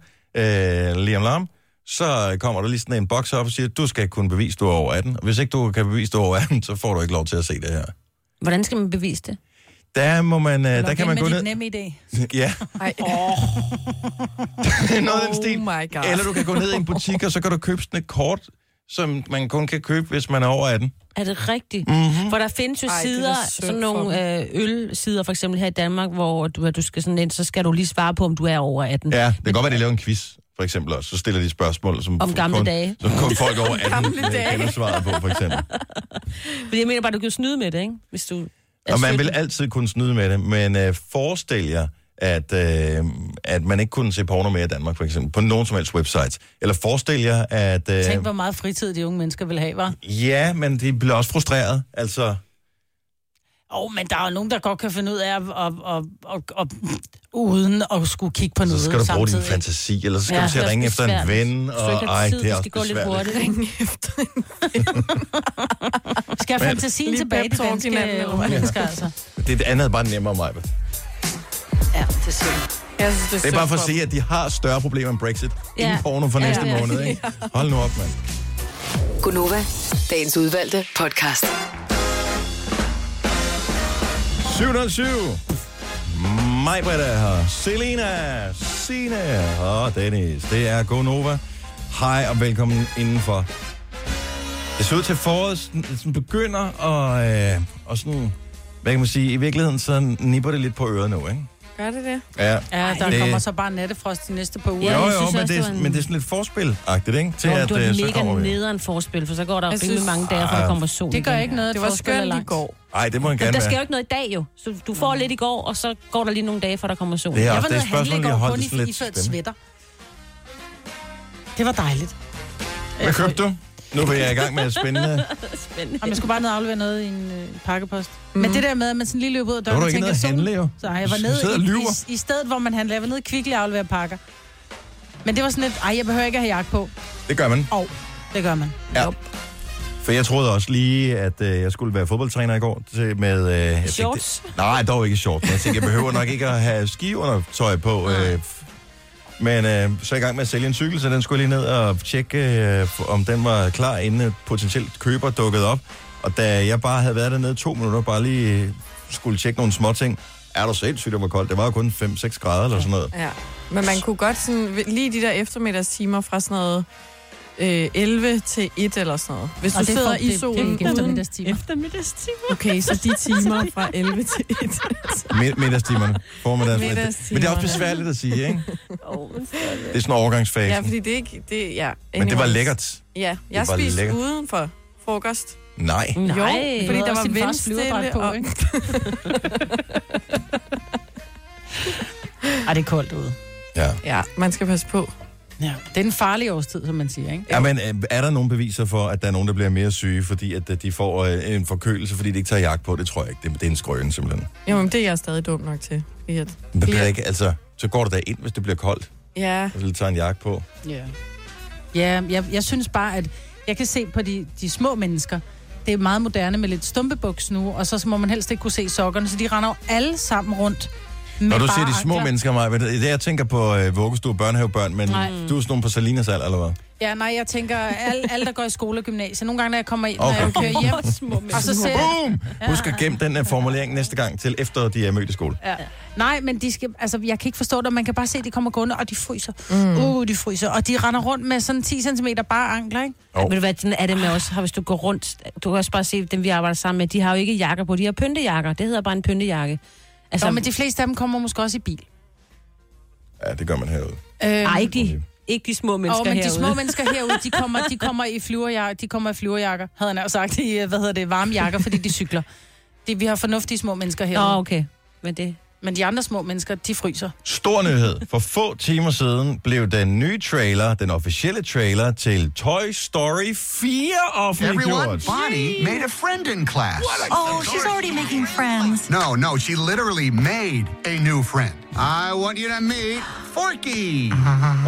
Speaker 1: øh, lige om larm, så kommer der lige sådan en boks op og siger, du skal kunne bevise, du er over 18. Og hvis ikke du kan bevise, du er over 18, så får du ikke lov til at se det her.
Speaker 2: også? Hvordan skal man bevise det?
Speaker 1: Der, må man, øh, der kan man gå
Speaker 3: med
Speaker 1: ned...
Speaker 3: dit nemme idé.
Speaker 1: *laughs* Ja,
Speaker 4: Ej, oh,
Speaker 1: noget af den stil.
Speaker 4: oh my god.
Speaker 1: Eller du kan gå ned i en butik, og så kan du købe sådan et kort, som man kun kan købe, hvis man er over 18.
Speaker 2: Er det rigtigt?
Speaker 1: Mhm.
Speaker 2: Mm-hmm. For der findes jo
Speaker 4: Ej,
Speaker 2: Ej,
Speaker 4: det er da
Speaker 2: sider,
Speaker 4: synd
Speaker 2: sådan
Speaker 4: for
Speaker 2: nogle øh, ølsider, for eksempel her i Danmark, hvor du, du skal sådan ind, så skal du lige svare på, om du er over 18.
Speaker 1: Ja, det kan godt være, de laver en quiz, for eksempel også. Så stiller de spørgsmål, som,
Speaker 2: Om gamle
Speaker 1: kun,
Speaker 2: dage.
Speaker 1: som kun folk over 18
Speaker 4: gamle dage.
Speaker 1: kender svaret på, for eksempel.
Speaker 2: Fordi jeg mener bare, du kan jo snyde med det, ikke? Hvis du Altså, er
Speaker 1: Og man vil
Speaker 2: 17.
Speaker 1: altid kunne snyde med det, men øh, forestil jer, at, øh, at man ikke kunne se porno mere i Danmark, for eksempel, på nogen som helst websites. Eller forestil jer, at... Øh,
Speaker 3: Tænk, hvor meget fritid de unge mennesker vil have, var.
Speaker 1: Ja, men de bliver også frustreret. Altså,
Speaker 3: Åh, oh, men der er jo nogen, der godt kan finde ud af, at, at, at, at, at, uden at skulle kigge på noget
Speaker 1: så skal du bruge din
Speaker 3: samtidig.
Speaker 1: fantasi, eller så skal
Speaker 3: Ja,
Speaker 1: ja, du til
Speaker 2: det
Speaker 1: at
Speaker 2: er
Speaker 1: ringe
Speaker 2: også
Speaker 1: efter en
Speaker 2: besværligt.
Speaker 1: ven,
Speaker 2: Hvis du
Speaker 1: og
Speaker 2: ikke har
Speaker 1: ej,
Speaker 2: tid,
Speaker 1: det er
Speaker 2: det
Speaker 1: også
Speaker 2: skal gå lidt
Speaker 1: besværligt.
Speaker 2: hurtigt.
Speaker 4: Ringe efter en
Speaker 3: Skal have fantasien
Speaker 4: Lige
Speaker 3: tilbage i de
Speaker 4: pep-talk
Speaker 3: danske
Speaker 4: hinanden, eller
Speaker 3: unge
Speaker 4: hvad?
Speaker 3: mennesker, altså.
Speaker 1: Det andet er bare nemmere, mig.
Speaker 6: Ja, det er synd.
Speaker 4: Jeg synes, det er,
Speaker 1: Det er bare for at
Speaker 4: synd
Speaker 1: sige, at de har større problemer end Brexit. Ja.
Speaker 2: Ja.
Speaker 1: Inden porno for
Speaker 2: Ja,
Speaker 1: næste
Speaker 2: *laughs* ja.
Speaker 1: måned, ikke? Hold nu op, mand.
Speaker 6: Gunova, dagens udvalgte podcast.
Speaker 1: 707. Mig, Britta er her. Selena, Sine og Dennis. Det er Gonova. Hej og velkommen indenfor. Det ser ud til at foråret, sådan, sådan begynder og, øh, og sådan, hvad kan man sige, i virkeligheden så nipper det lidt på øret nu, ikke?
Speaker 4: for. Gør det det?
Speaker 1: Ja,
Speaker 3: Ja, der
Speaker 1: det,
Speaker 3: kommer så bare nattefrost de næste par uger.
Speaker 2: Ja,
Speaker 1: jo,
Speaker 2: jeg
Speaker 1: jo,
Speaker 2: synes
Speaker 1: men,
Speaker 2: også,
Speaker 1: det,
Speaker 2: det
Speaker 1: er-
Speaker 2: var en-
Speaker 1: men det er sådan lidt forspil-agtigt, ikke? Til
Speaker 2: Nå, men
Speaker 1: at,
Speaker 2: det var
Speaker 1: øh,
Speaker 2: en
Speaker 1: så kommer
Speaker 2: mega
Speaker 1: vi. Ah.
Speaker 2: nederen forspil, for så går der
Speaker 4: Jeg
Speaker 2: rimelig
Speaker 4: synes-
Speaker 2: mange dage, for der kommer sol.
Speaker 3: Det gør
Speaker 2: igen.
Speaker 3: ikke noget.
Speaker 4: Det
Speaker 3: at
Speaker 4: var
Speaker 3: forspillet er
Speaker 4: skønt i
Speaker 3: langt. Mm.
Speaker 4: går.
Speaker 1: Ej, det må man
Speaker 2: Men
Speaker 1: gerne
Speaker 2: der
Speaker 1: være.
Speaker 2: skal jo ikke noget i dag jo. Så du får lidt i går, og så går der lige nogle dage, for der kommer sol.
Speaker 1: Det er
Speaker 3: Jeg
Speaker 1: også
Speaker 3: var nede
Speaker 1: det
Speaker 3: og handle i
Speaker 1: spørgsmål, jeg
Speaker 3: går
Speaker 1: holdt
Speaker 3: kun
Speaker 1: det sådan
Speaker 3: i
Speaker 1: lidt
Speaker 3: iført
Speaker 1: spændende.
Speaker 3: sweater. Det var dejligt.
Speaker 1: Hvad
Speaker 2: Altså-
Speaker 1: købte du? Nu er jeg i gang med at spændende.
Speaker 2: *laughs*
Speaker 3: Jamen, jeg skulle bare ned og aflevere noget i en øh, pakkepost. Mm. Men det der med, at man sådan lige løber ud af
Speaker 1: Der var
Speaker 3: døren
Speaker 1: Mhm. du
Speaker 3: og
Speaker 1: ikke
Speaker 3: tænker,
Speaker 1: nede at handle, jo.
Speaker 3: Så jeg var
Speaker 1: Du
Speaker 3: nede
Speaker 1: sidder og
Speaker 3: i,
Speaker 1: lyver.
Speaker 3: i, i, stedet, hvor man handler. Jeg var nede i Kvickly og aflevere pakker. Men det var sådan lidt, ej, jeg behøver ikke at have jakke på.
Speaker 1: Det gør man.
Speaker 3: Og det gør man.
Speaker 1: Ja. For jeg troede også lige, at øh, jeg skulle være fodboldtræner i går til, med... Øh, jeg tænkte-
Speaker 2: Shorts?
Speaker 1: nej, dog ikke shorts, men jeg tænkte, jeg behøver nok ikke at have skiundertøj på. Øh, men øh, så er jeg i gang med at sælge en cykel, så den skulle jeg lige ned og tjekke, øh, om den var klar, inden øh, potentielt køber dukkede op. Og da jeg bare havde været dernede to minutter, bare lige øh, skulle tjekke nogle små ting, er du sindssygt, det var koldt. Det var jo kun 5-6 grader eller sådan noget.
Speaker 4: Ja. Men man kunne godt sådan, lige de der eftermiddagstimer fra sådan noget øh, 11 til 1 eller sådan noget. Hvis du
Speaker 3: Og det er for-
Speaker 4: sidder
Speaker 3: det-
Speaker 4: i
Speaker 3: det-
Speaker 4: solen
Speaker 3: det er eftermiddagstimer. *laughs*
Speaker 4: Eftermiddagstimer. Okay, så de timer fra 11 til 1.
Speaker 1: Mid- middagstimerne. Formiddags- Altså, Men det er
Speaker 4: Middagstimerne.
Speaker 1: også besværligt at sige, ikke? Det er sådan en overgangsfase.
Speaker 4: ja, fordi det er ikke... Det, ja,
Speaker 1: Men det var
Speaker 4: anyways.
Speaker 1: lækkert.
Speaker 4: Ja, jeg
Speaker 1: var
Speaker 4: spiste
Speaker 1: lækkert.
Speaker 4: udenfor frokost.
Speaker 1: Nej.
Speaker 2: Nej,
Speaker 4: jo, fordi der var
Speaker 3: sin fars
Speaker 4: vindstille.
Speaker 3: flyverdragt på,
Speaker 4: På, og,
Speaker 3: ikke? Ej, det er koldt ude.
Speaker 1: Ja.
Speaker 4: Ja, man skal passe på.
Speaker 3: Ja. Det er en farlig årstid, som man siger, ikke?
Speaker 1: Ja, men øh, er der nogle beviser for, at der er nogen, der bliver mere syge, fordi at øh, de får øh, en forkølelse, fordi de ikke tager jagt på? Det tror jeg ikke. Det, det er en skrøne, simpelthen.
Speaker 4: Jo, men det er jeg stadig dum nok til. Fordi
Speaker 1: Men
Speaker 4: at
Speaker 1: der bliver
Speaker 4: Bliver-
Speaker 1: ikke, altså, så går du da ind, hvis det bliver koldt,
Speaker 4: ja,
Speaker 1: og så tager en jagt på.
Speaker 3: Ja. Ja, jeg, jeg synes bare, at jeg kan se på de, de små mennesker, det er meget moderne med lidt stumpebuks nu, og så må man helst ikke kunne se sokkerne, så de render jo alle sammen rundt. med
Speaker 1: Når du
Speaker 3: bare
Speaker 1: siger de små
Speaker 3: ankler.
Speaker 1: mennesker, Maja, ved du, det er, jeg tænker på øh, vuggestue og børnehavebørn, men Nej. du er sådan nogle på Salinas alder, eller hvad?
Speaker 3: Ja, nej, jeg tænker, alle, alle der går i skole og gymnasiet, nogle gange, når jeg kommer ind, okay.
Speaker 1: Okay.
Speaker 3: når jeg kører hjem, og så
Speaker 1: *laughs*
Speaker 3: ser jeg,
Speaker 1: Boom! Husk at gemme den øh, formulering næste gang til efter de er mødt i skole.
Speaker 3: Ja. Nej, men de skal, altså, jeg kan ikke forstå det. Man kan bare se, at de kommer gående, og de fryser. Mm. Uh, de fryser. Og de render rundt med sådan 10 cm bare ankler, ikke?
Speaker 2: Ved du hvad, sådan er det med os, har- hvis du går rundt, du kan også bare se dem, vi arbejder sammen med, de har jo ikke jakker på, de har pyntejakker, det hedder bare en pyntejakke. Altså,
Speaker 3: Nå, men de fleste af dem kommer måske også i bil.
Speaker 1: Ja, det gør man herude.
Speaker 3: Øhm,
Speaker 2: ej, ikke de, ikke de små mennesker
Speaker 3: og, men
Speaker 2: herude.
Speaker 3: de små mennesker herude, de kommer, de kommer i flyverjakker, de kommer i flyverjakker, havde han sagt, i, øh, hvad hedder det, varme jakker, fordi de cykler. Det, vi har fornuftige små mennesker herude.
Speaker 2: Nå,
Speaker 3: Nå.
Speaker 2: okay. Men det,
Speaker 3: Men de andre små mennesker, de fryser.
Speaker 1: Stor nyhed. For få timer siden blev den nye trailer, den officielle trailer til Toy Story 4
Speaker 8: Everyone,
Speaker 1: offentliggjort.
Speaker 8: Bonnie made a friend in class.
Speaker 9: Oh, she's already making friends.
Speaker 8: No, no, she literally made a new friend. I want you to meet Forky.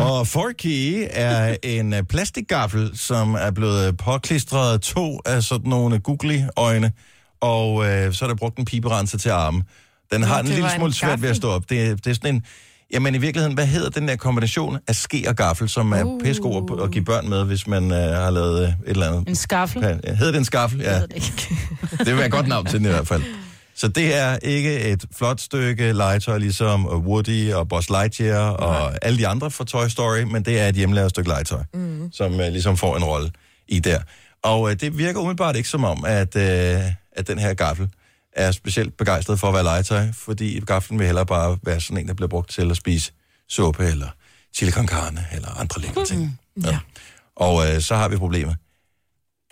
Speaker 1: Og Forky er en øh, plastikgaffel, som er blevet påklistret to af sådan nogle googly-øjne, og øh, så er der brugt en piberenser til armen. Den har en
Speaker 4: det
Speaker 1: lille
Speaker 4: var en
Speaker 1: smule svært ved at stå op. Det, det er sådan en... Jamen i virkeligheden, hvad hedder den der kombination af ske og gaffel, som er uh. pæskord at, at give børn med, hvis man øh, har lavet øh, et eller andet?
Speaker 3: En skaffel.
Speaker 1: Ja, ja. Hedder det en skaffel? Ja. Det, det vil være et godt navn til den i hvert fald. Så det er ikke et flot stykke legetøj, ligesom Woody og Buzz Lightyear og alle de andre fra Toy Story, men det er et hjemmelavet stykke legetøj, mm. som uh, ligesom får en rolle i der. Og uh, det virker umiddelbart ikke som om, at, uh, at den her gaffel er specielt begejstret for at være legetøj, fordi gaflen vil hellere bare være sådan en, der bliver brugt til at spise suppe eller chili con carne eller andre lækre ting. Ja. Og øh, så har vi problemet.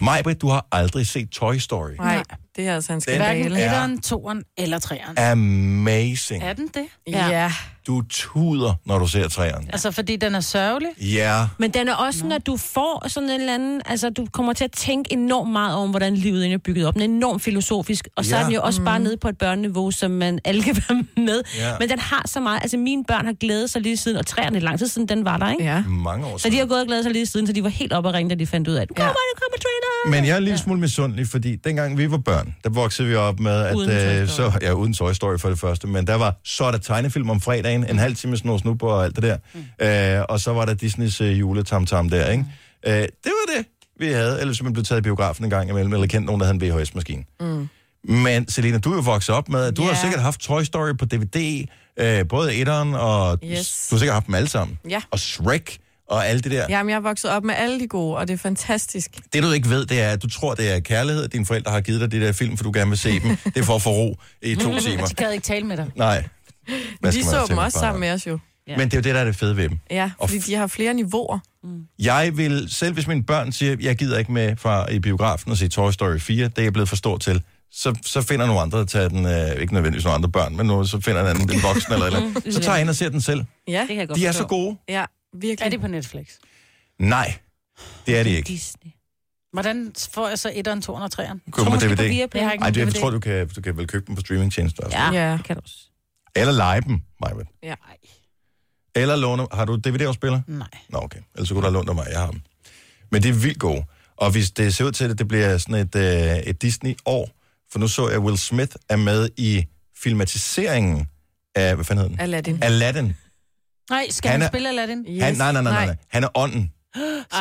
Speaker 1: Majbrit, du har aldrig set Toy Story.
Speaker 4: nej, det er altså en
Speaker 3: Hverken
Speaker 4: skandale.
Speaker 3: etteren, toeren eller treeren.
Speaker 1: Amazing.
Speaker 3: Er den det?
Speaker 4: Ja. ja.
Speaker 1: Du tuder, når du ser træerne.
Speaker 3: Altså, fordi den er sørgelig?
Speaker 1: Ja.
Speaker 2: men den er også, når du får sådan en eller anden, altså du kommer til at tænke enormt meget over, hvordan livet egentlig er bygget op. Den er enormt filosofisk, og så
Speaker 1: Ja.
Speaker 2: er den jo også bare nede på et børneniveau, som man alle kan være med.
Speaker 1: Ja.
Speaker 2: Men den har så meget, altså mine børn har glædet sig lige siden, og træerne er lang tid siden, den var der, ikke?
Speaker 4: ja.
Speaker 1: Mange år
Speaker 2: Så de
Speaker 1: siden.
Speaker 2: har gået og glædet sig lige siden, så de var helt oppe og ringe, da de fandt ud af, at nu kommer, nu kommer traileren!
Speaker 1: Men jeg er en lille smule misundelig, fordi dengang vi var børn, der voksede vi op med, at...
Speaker 2: Uden Toy
Speaker 1: øh, så, ja, uden Toy Story for det første, men der var så er der tegnefilm om fredagen, en halv time snor snup og alt det der. Mm. Øh, og så var der Disneys øh, juletamtam der, ikke? Mm. Øh, det var det, vi havde. Ellers man blev taget i biografen en gang imellem, eller kendt nogen, der havde en VHS-maskine. Mm. Men Selina, du er jo vokset op med, at du yeah. har
Speaker 4: Ja.
Speaker 1: sikkert haft Toy Story på DVD, øh, både etteren og...
Speaker 4: Yes.
Speaker 1: Du har sikkert haft dem alle sammen.
Speaker 4: Ja.
Speaker 1: Og Shrek og alt det der.
Speaker 4: Jamen, jeg er vokset op med alle de gode, og det er fantastisk.
Speaker 1: Det du ikke ved, det er, at du tror, det er kærlighed, at dine forældre har givet dig det der film, for du gerne vil se dem. Det er for at få ro i
Speaker 4: *laughs*
Speaker 1: to timer.
Speaker 3: De gad ikke tale med dig.
Speaker 1: Nej. Hvad skal
Speaker 4: De
Speaker 1: man
Speaker 4: så
Speaker 1: til
Speaker 4: dem
Speaker 1: med
Speaker 4: også
Speaker 1: bare-
Speaker 4: sammen med os jo.
Speaker 1: Men det er jo det, der er det fede ved dem.
Speaker 4: Ja,
Speaker 1: Og
Speaker 4: fordi de har flere niveauer.
Speaker 1: Jeg vil, selv hvis mine børn siger, jeg gider ikke med fra i biografen og se Toy Story 4, det er jeg blevet for stor til, så, så finder nogle andre at tage den, øh, ikke nødvendigvis nogle andre børn, men nu, så finder en anden, en voksen eller et eller andet. Så tager jeg ind og ser den selv.
Speaker 4: Ja,
Speaker 2: Det kan jeg godt
Speaker 1: De er så
Speaker 2: forstå.
Speaker 1: gode.
Speaker 4: ja virkelig.
Speaker 3: Er det på Netflix?
Speaker 1: Nej, det er de ikke.
Speaker 2: Disney.
Speaker 3: Hvordan får jeg så etteren, toeren og treeren?
Speaker 1: Køb på
Speaker 2: Måske på
Speaker 1: DVD.
Speaker 2: Viaplay.
Speaker 3: Jeg har ikke
Speaker 1: Ej, det,
Speaker 3: nogen
Speaker 1: jeg
Speaker 3: DVD.
Speaker 1: tror, du kan, du kan vel købe dem på streamingtjenester. altså.
Speaker 2: Ja,
Speaker 4: Ja.
Speaker 2: det kan du også.
Speaker 1: Eller lege dem, Majbet.
Speaker 4: Ja.
Speaker 1: Eller låne... Har du DVD-afspiller?
Speaker 3: Nej.
Speaker 1: Nå, okay. Ellers så kunne du have lånt af mig. Jeg har dem. Men det er vildt gode. Og hvis det ser ud til, at det bliver sådan et, øh, et Disney-år, for nu så jeg, at Will Smith er med i filmatiseringen af... Hvad fanden hed den?
Speaker 4: Aladdin.
Speaker 1: Aladdin.
Speaker 3: Nej, skal
Speaker 1: Han
Speaker 3: han,
Speaker 1: er-
Speaker 3: han spille Aladdin?
Speaker 4: Yes.
Speaker 1: Han, nej, nej, nej, nej, nej. Han er ånden.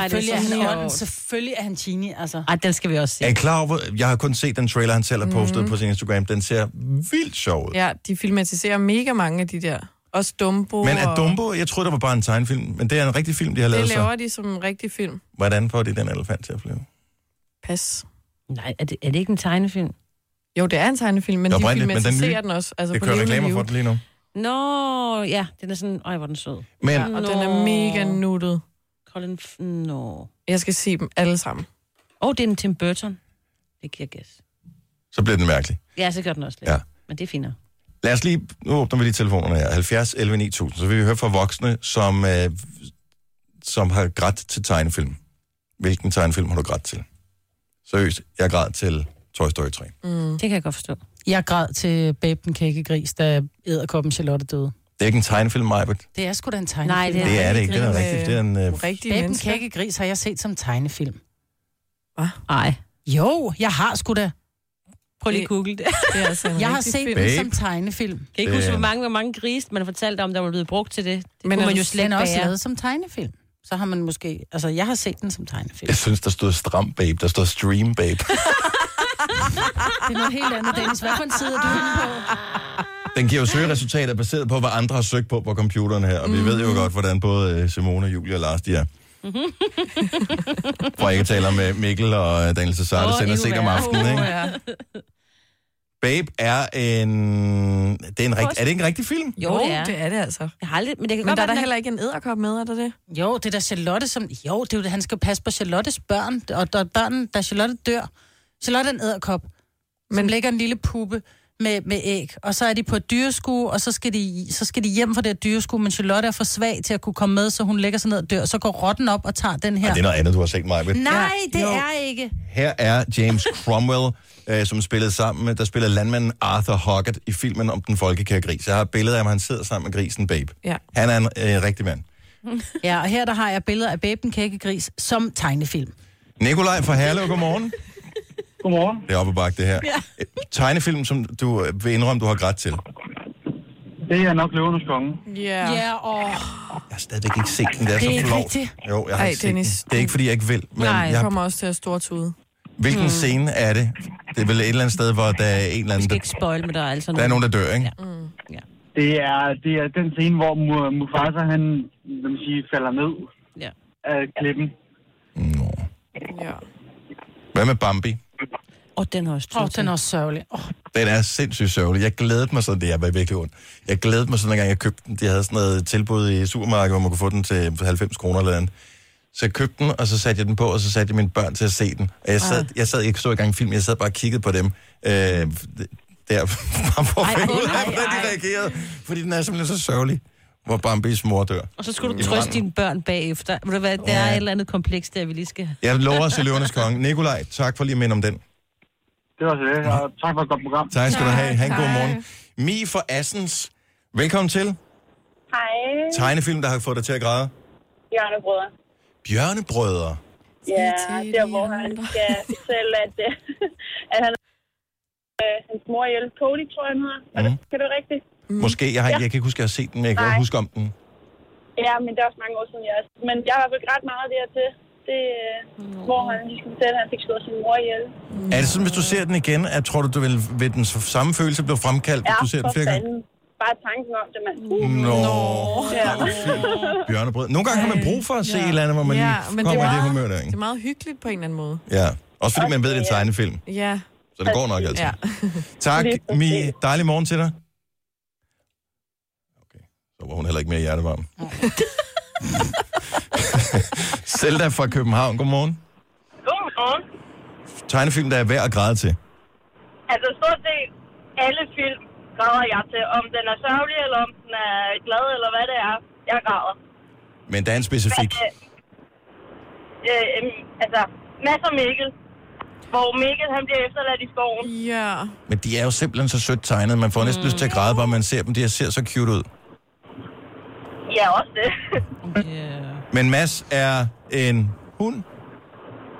Speaker 3: Selvfølgelig er
Speaker 2: så
Speaker 3: han
Speaker 2: sjovt.
Speaker 3: ånden. Selvfølgelig er han genie, altså.
Speaker 2: Ej, den skal vi også se.
Speaker 1: Er I klar over... Jeg har kun set den trailer, han selv har postet mm-hmm. på sin Instagram. Den ser vildt sjov ud.
Speaker 4: Mhm. Ja, de filmatiserer mega mange af de der. Også Dumbo.
Speaker 1: Men er
Speaker 4: og-
Speaker 1: Dumbo... Jeg troede, det var bare en tegnefilm, men det er en rigtig film, de har
Speaker 4: Det
Speaker 1: lavet så.
Speaker 4: laver de som en rigtig film.
Speaker 1: Hvordan får de den elefant til at flyve?
Speaker 4: Pas.
Speaker 2: Nej, er det, er det ikke en tegnefilm?
Speaker 4: Jo, det er en tegnefilm, men
Speaker 1: Det er
Speaker 4: de
Speaker 1: oprindeligt, men den nye-
Speaker 4: filmatiserer den også. Altså
Speaker 1: Det
Speaker 4: på
Speaker 1: kører
Speaker 4: levende
Speaker 1: reklamer
Speaker 4: liv.
Speaker 1: for den lige nu.
Speaker 2: Nå, ja, den er sådan, øj, hvor er den sød.
Speaker 1: Men
Speaker 4: Ja, og den er mega nuttet.
Speaker 2: Colin, F- nå. Åh,
Speaker 4: Jeg skal se dem alle sammen.
Speaker 2: oh, det er en Tim Burton. Det kan jeg gætte.
Speaker 1: så bliver den mærkelig.
Speaker 2: Ja, så gør den også lidt.
Speaker 1: Ja.
Speaker 2: Men det er finere.
Speaker 1: Lad os lige, nu åbner vi lige telefonerne her, 70 11 9000, så vil vi høre fra voksne, som, øh, som har grædt til tegnefilm. Hvilken tegnefilm har du grædt til? Seriøst, jeg græd til Toy Story 3.
Speaker 2: Det kan jeg godt forstå.
Speaker 3: Jeg græd til Babe den kækkegris, da æderkoppen Charlotte døde.
Speaker 1: Det er ikke en tegnefilm, Majbert.
Speaker 3: Det er sgu da en tegnefilm.
Speaker 2: Nej, det er-
Speaker 1: Det er det ikke, det er
Speaker 4: Øh,
Speaker 1: rigtigt. Det er en, øh,
Speaker 4: Rigtige
Speaker 3: Babe den
Speaker 4: mennesker.
Speaker 3: kækkegris har jeg set som tegnefilm.
Speaker 2: Nej.
Speaker 3: Jo, jeg har sgu da.
Speaker 2: Prøv lige at google det.
Speaker 4: Det er *laughs* altså en
Speaker 3: Jeg har
Speaker 4: rigtig
Speaker 3: set
Speaker 4: film.
Speaker 1: Babe.
Speaker 3: den som tegnefilm.
Speaker 2: Jeg kan ikke huske,
Speaker 1: Det-
Speaker 2: hvor mange, hvor mange grise, man fortalte om, der var blevet brugt til det. Det
Speaker 4: Men
Speaker 2: Men kunne
Speaker 4: er
Speaker 2: man
Speaker 4: du-
Speaker 2: jo
Speaker 3: Den
Speaker 2: slet
Speaker 3: er
Speaker 2: ikke
Speaker 3: også
Speaker 2: bære.
Speaker 3: lavet som tegnefilm. Så har man måske... Altså, jeg har set den som tegnefilm.
Speaker 1: Jeg synes, der stod stram babe, der stod stream babe. *laughs*
Speaker 3: Det er noget helt andet, Dennis. Hvad for en side er du inde på?
Speaker 1: Den giver jo søgeresultater baseret på, hvad andre har søgt på på computeren her, og vi ved jo godt, hvordan både øh, Simone, Julie og Lars de er. Hvor jeg kan tale om øh, Mikkel og øh, Daniel Cesar, der
Speaker 2: Åh,
Speaker 1: sender
Speaker 2: endnu
Speaker 1: sent om
Speaker 2: værre.
Speaker 1: aftenen,
Speaker 4: Åh,
Speaker 1: ikke?
Speaker 4: ja.
Speaker 1: Babe er en... Det er, en rigt... er det ikke en rigtig film?
Speaker 2: Jo, det er.
Speaker 4: det er det altså.
Speaker 2: Jeg har aldrig, men det kan
Speaker 4: Men
Speaker 2: godt
Speaker 4: der er
Speaker 2: være,
Speaker 4: der
Speaker 2: den
Speaker 4: heller ikke en æderkop med, er der det?
Speaker 3: Jo, det er da Charlotte, som... Jo, det er jo det, han skal passe på Charlottes børn. Og der er børn, da Charlotte dør. Charlotte er en æderkop. Men lægger en lille puppe med, med æg. Og så er de på et dyreskue, og så skal, de, så skal de hjem fra det her dyreskue. Men Charlotte er for svag til at kunne komme med, så hun lægger sig ned og dør. Så går rotten op og tager den her.
Speaker 1: Ja. Det er noget andet, du har set mig ved.
Speaker 3: Nej, det
Speaker 4: Jo.
Speaker 3: er ikke.
Speaker 1: Her er James Cromwell, øh, som spillede sammen med, der spiller landmanden Arthur Hoggett i filmen om den folkekære gris. Jeg har et billede af ham, han sidder sammen med grisen Babe.
Speaker 4: Ja.
Speaker 1: Han er en øh, rigtig mand.
Speaker 3: Ja, og her der har jeg billeder af Babe den kækkegris som tegnefilm.
Speaker 1: Nikolaj fra Herlev, godmorgen.
Speaker 10: Godmorgen.
Speaker 1: Det er oppe bakke, det her. Ja. Tegnefilm, som du øh, vil indrømme, du har grædt til.
Speaker 10: Det er nok løvernes konge.
Speaker 4: Ja. Yeah.
Speaker 3: og...
Speaker 1: Jeg har stadigvæk ikke set den, det er,
Speaker 3: Det er
Speaker 1: så
Speaker 3: ikke
Speaker 1: flot.
Speaker 3: rigtigt.
Speaker 1: Jo, jeg har
Speaker 4: Ej,
Speaker 1: ikke set den.
Speaker 4: Dennis,
Speaker 1: Det er ikke, fordi jeg ikke vil, men
Speaker 4: Nej, jeg
Speaker 1: jeg,
Speaker 4: kommer også til at stortude.
Speaker 1: hvilken scene er det? Det er vel et eller andet sted, hvor der er en eller anden,
Speaker 2: skal
Speaker 1: der,
Speaker 2: ikke spoil, men der er altså
Speaker 1: der er
Speaker 2: nogen.
Speaker 1: nogen, der dør, ikke?
Speaker 10: Det er, det er den scene, hvor Mu- Mufasa, han, hvad man sige, falder ned
Speaker 2: Ja.
Speaker 10: af klippen.
Speaker 1: Nå.
Speaker 4: Ja.
Speaker 1: Hvad med Bambi?
Speaker 2: Og den har også
Speaker 3: Åh,
Speaker 2: oh,
Speaker 3: oh, den er også sørgelig. Oh,
Speaker 1: Den er sindssygt sørgelig. Jeg glædede mig sådan, det er virkelig ondt. Jeg glædede mig sådan, en gang jeg købte den. De havde sådan noget tilbud i supermarkedet, hvor man kunne få den til 90 kroner eller andet. Så jeg købte den, og så satte jeg den på, og så satte jeg mine børn til at se den. Og jeg sad, jeg sad ikke så i gang en film, jeg sad bare og kiggede på dem. Øh, der, *laughs* bare for at finde ud af, hvordan de reagerede. Fordi den er simpelthen så sørgelig, hvor Bambis mor dør.
Speaker 2: Og så skulle du trøste dine børn bagefter. Ved du hvad, der er et eller andet kompleks der, vi lige skal...
Speaker 1: Jeg lover til løvernes konge. Nikolaj, tak for lige at minde om den.
Speaker 10: Det var så det, og tak for et godt program.
Speaker 1: Tak skal du have. Ha' en god morgen. Mi fra Assens, velkommen til.
Speaker 10: Hej,
Speaker 1: Tegnefilm, der har fået dig til at græde.
Speaker 10: Bjørnebrødre.
Speaker 1: Bjørnebrødre.
Speaker 4: Mm.
Speaker 10: Ja,
Speaker 4: til
Speaker 10: der
Speaker 4: de
Speaker 10: hvor han
Speaker 4: andre.
Speaker 10: skal fortælle, at,
Speaker 11: *laughs*
Speaker 10: øh, at han, øh, hans mor hjælp Cody, tror jeg, han hedder. Er det,
Speaker 1: Mhm.
Speaker 10: kan det være rigtigt?
Speaker 1: Måske, jeg, har, jeg kan ikke huske, at jeg har set den, men jeg kan godt
Speaker 10: Nej.
Speaker 1: huske om den.
Speaker 10: Ja, men det er også mange år siden, jeg er. Men jeg har begrædt meget det her til. Det, øh, hvor han lige skulle fortælle, at han fik slået sin mor ihjel.
Speaker 1: Er det sådan, hvis du ser den igen, at tror du, du vil, vil den s- samme følelse blive fremkaldt, hvis du ser den flere gange?
Speaker 10: fanden. Bare tanken om det, mand. Uh,
Speaker 1: Nå,
Speaker 10: ja.
Speaker 1: bjørnebrød. Nogle gange har man brug for at se et eller andet, hvor man
Speaker 4: Ja,
Speaker 1: lige
Speaker 4: men det er
Speaker 1: kommer i det
Speaker 4: meget-
Speaker 1: humør der,
Speaker 4: Det
Speaker 1: ikke?
Speaker 4: er meget hyggeligt på en eller anden måde.
Speaker 1: Ja. Også fordi man ved, det er en tegnefilm,
Speaker 4: Ja.
Speaker 1: så det går nok altid.
Speaker 4: Ja.
Speaker 1: Tak,
Speaker 10: Lige præcis.
Speaker 1: Mi. Dejlig morgen til dig. Okay, så var hun heller ikke mere hjertevarm. Zelda fra København, godmorgen.
Speaker 10: Godmorgen.
Speaker 1: Tegnefilm, der er værd at græde til.
Speaker 10: Altså stort set alle film græder jeg til. Om den er sørgelig, eller om den er glad, eller hvad det er. Jeg græder.
Speaker 1: Men der er en specifik.
Speaker 10: Øh, øh, øh, altså, masser af Mikkel. Hvor Mikkel, han bliver efterladt i skoven.
Speaker 4: Ja.
Speaker 1: Men de er jo simpelthen så sødt tegnet. Man får næsten lyst til at græde, bare man ser dem. De ser så cute ud.
Speaker 10: Ja, også det.
Speaker 2: øh. Yeah.
Speaker 1: Men Mads er en hund,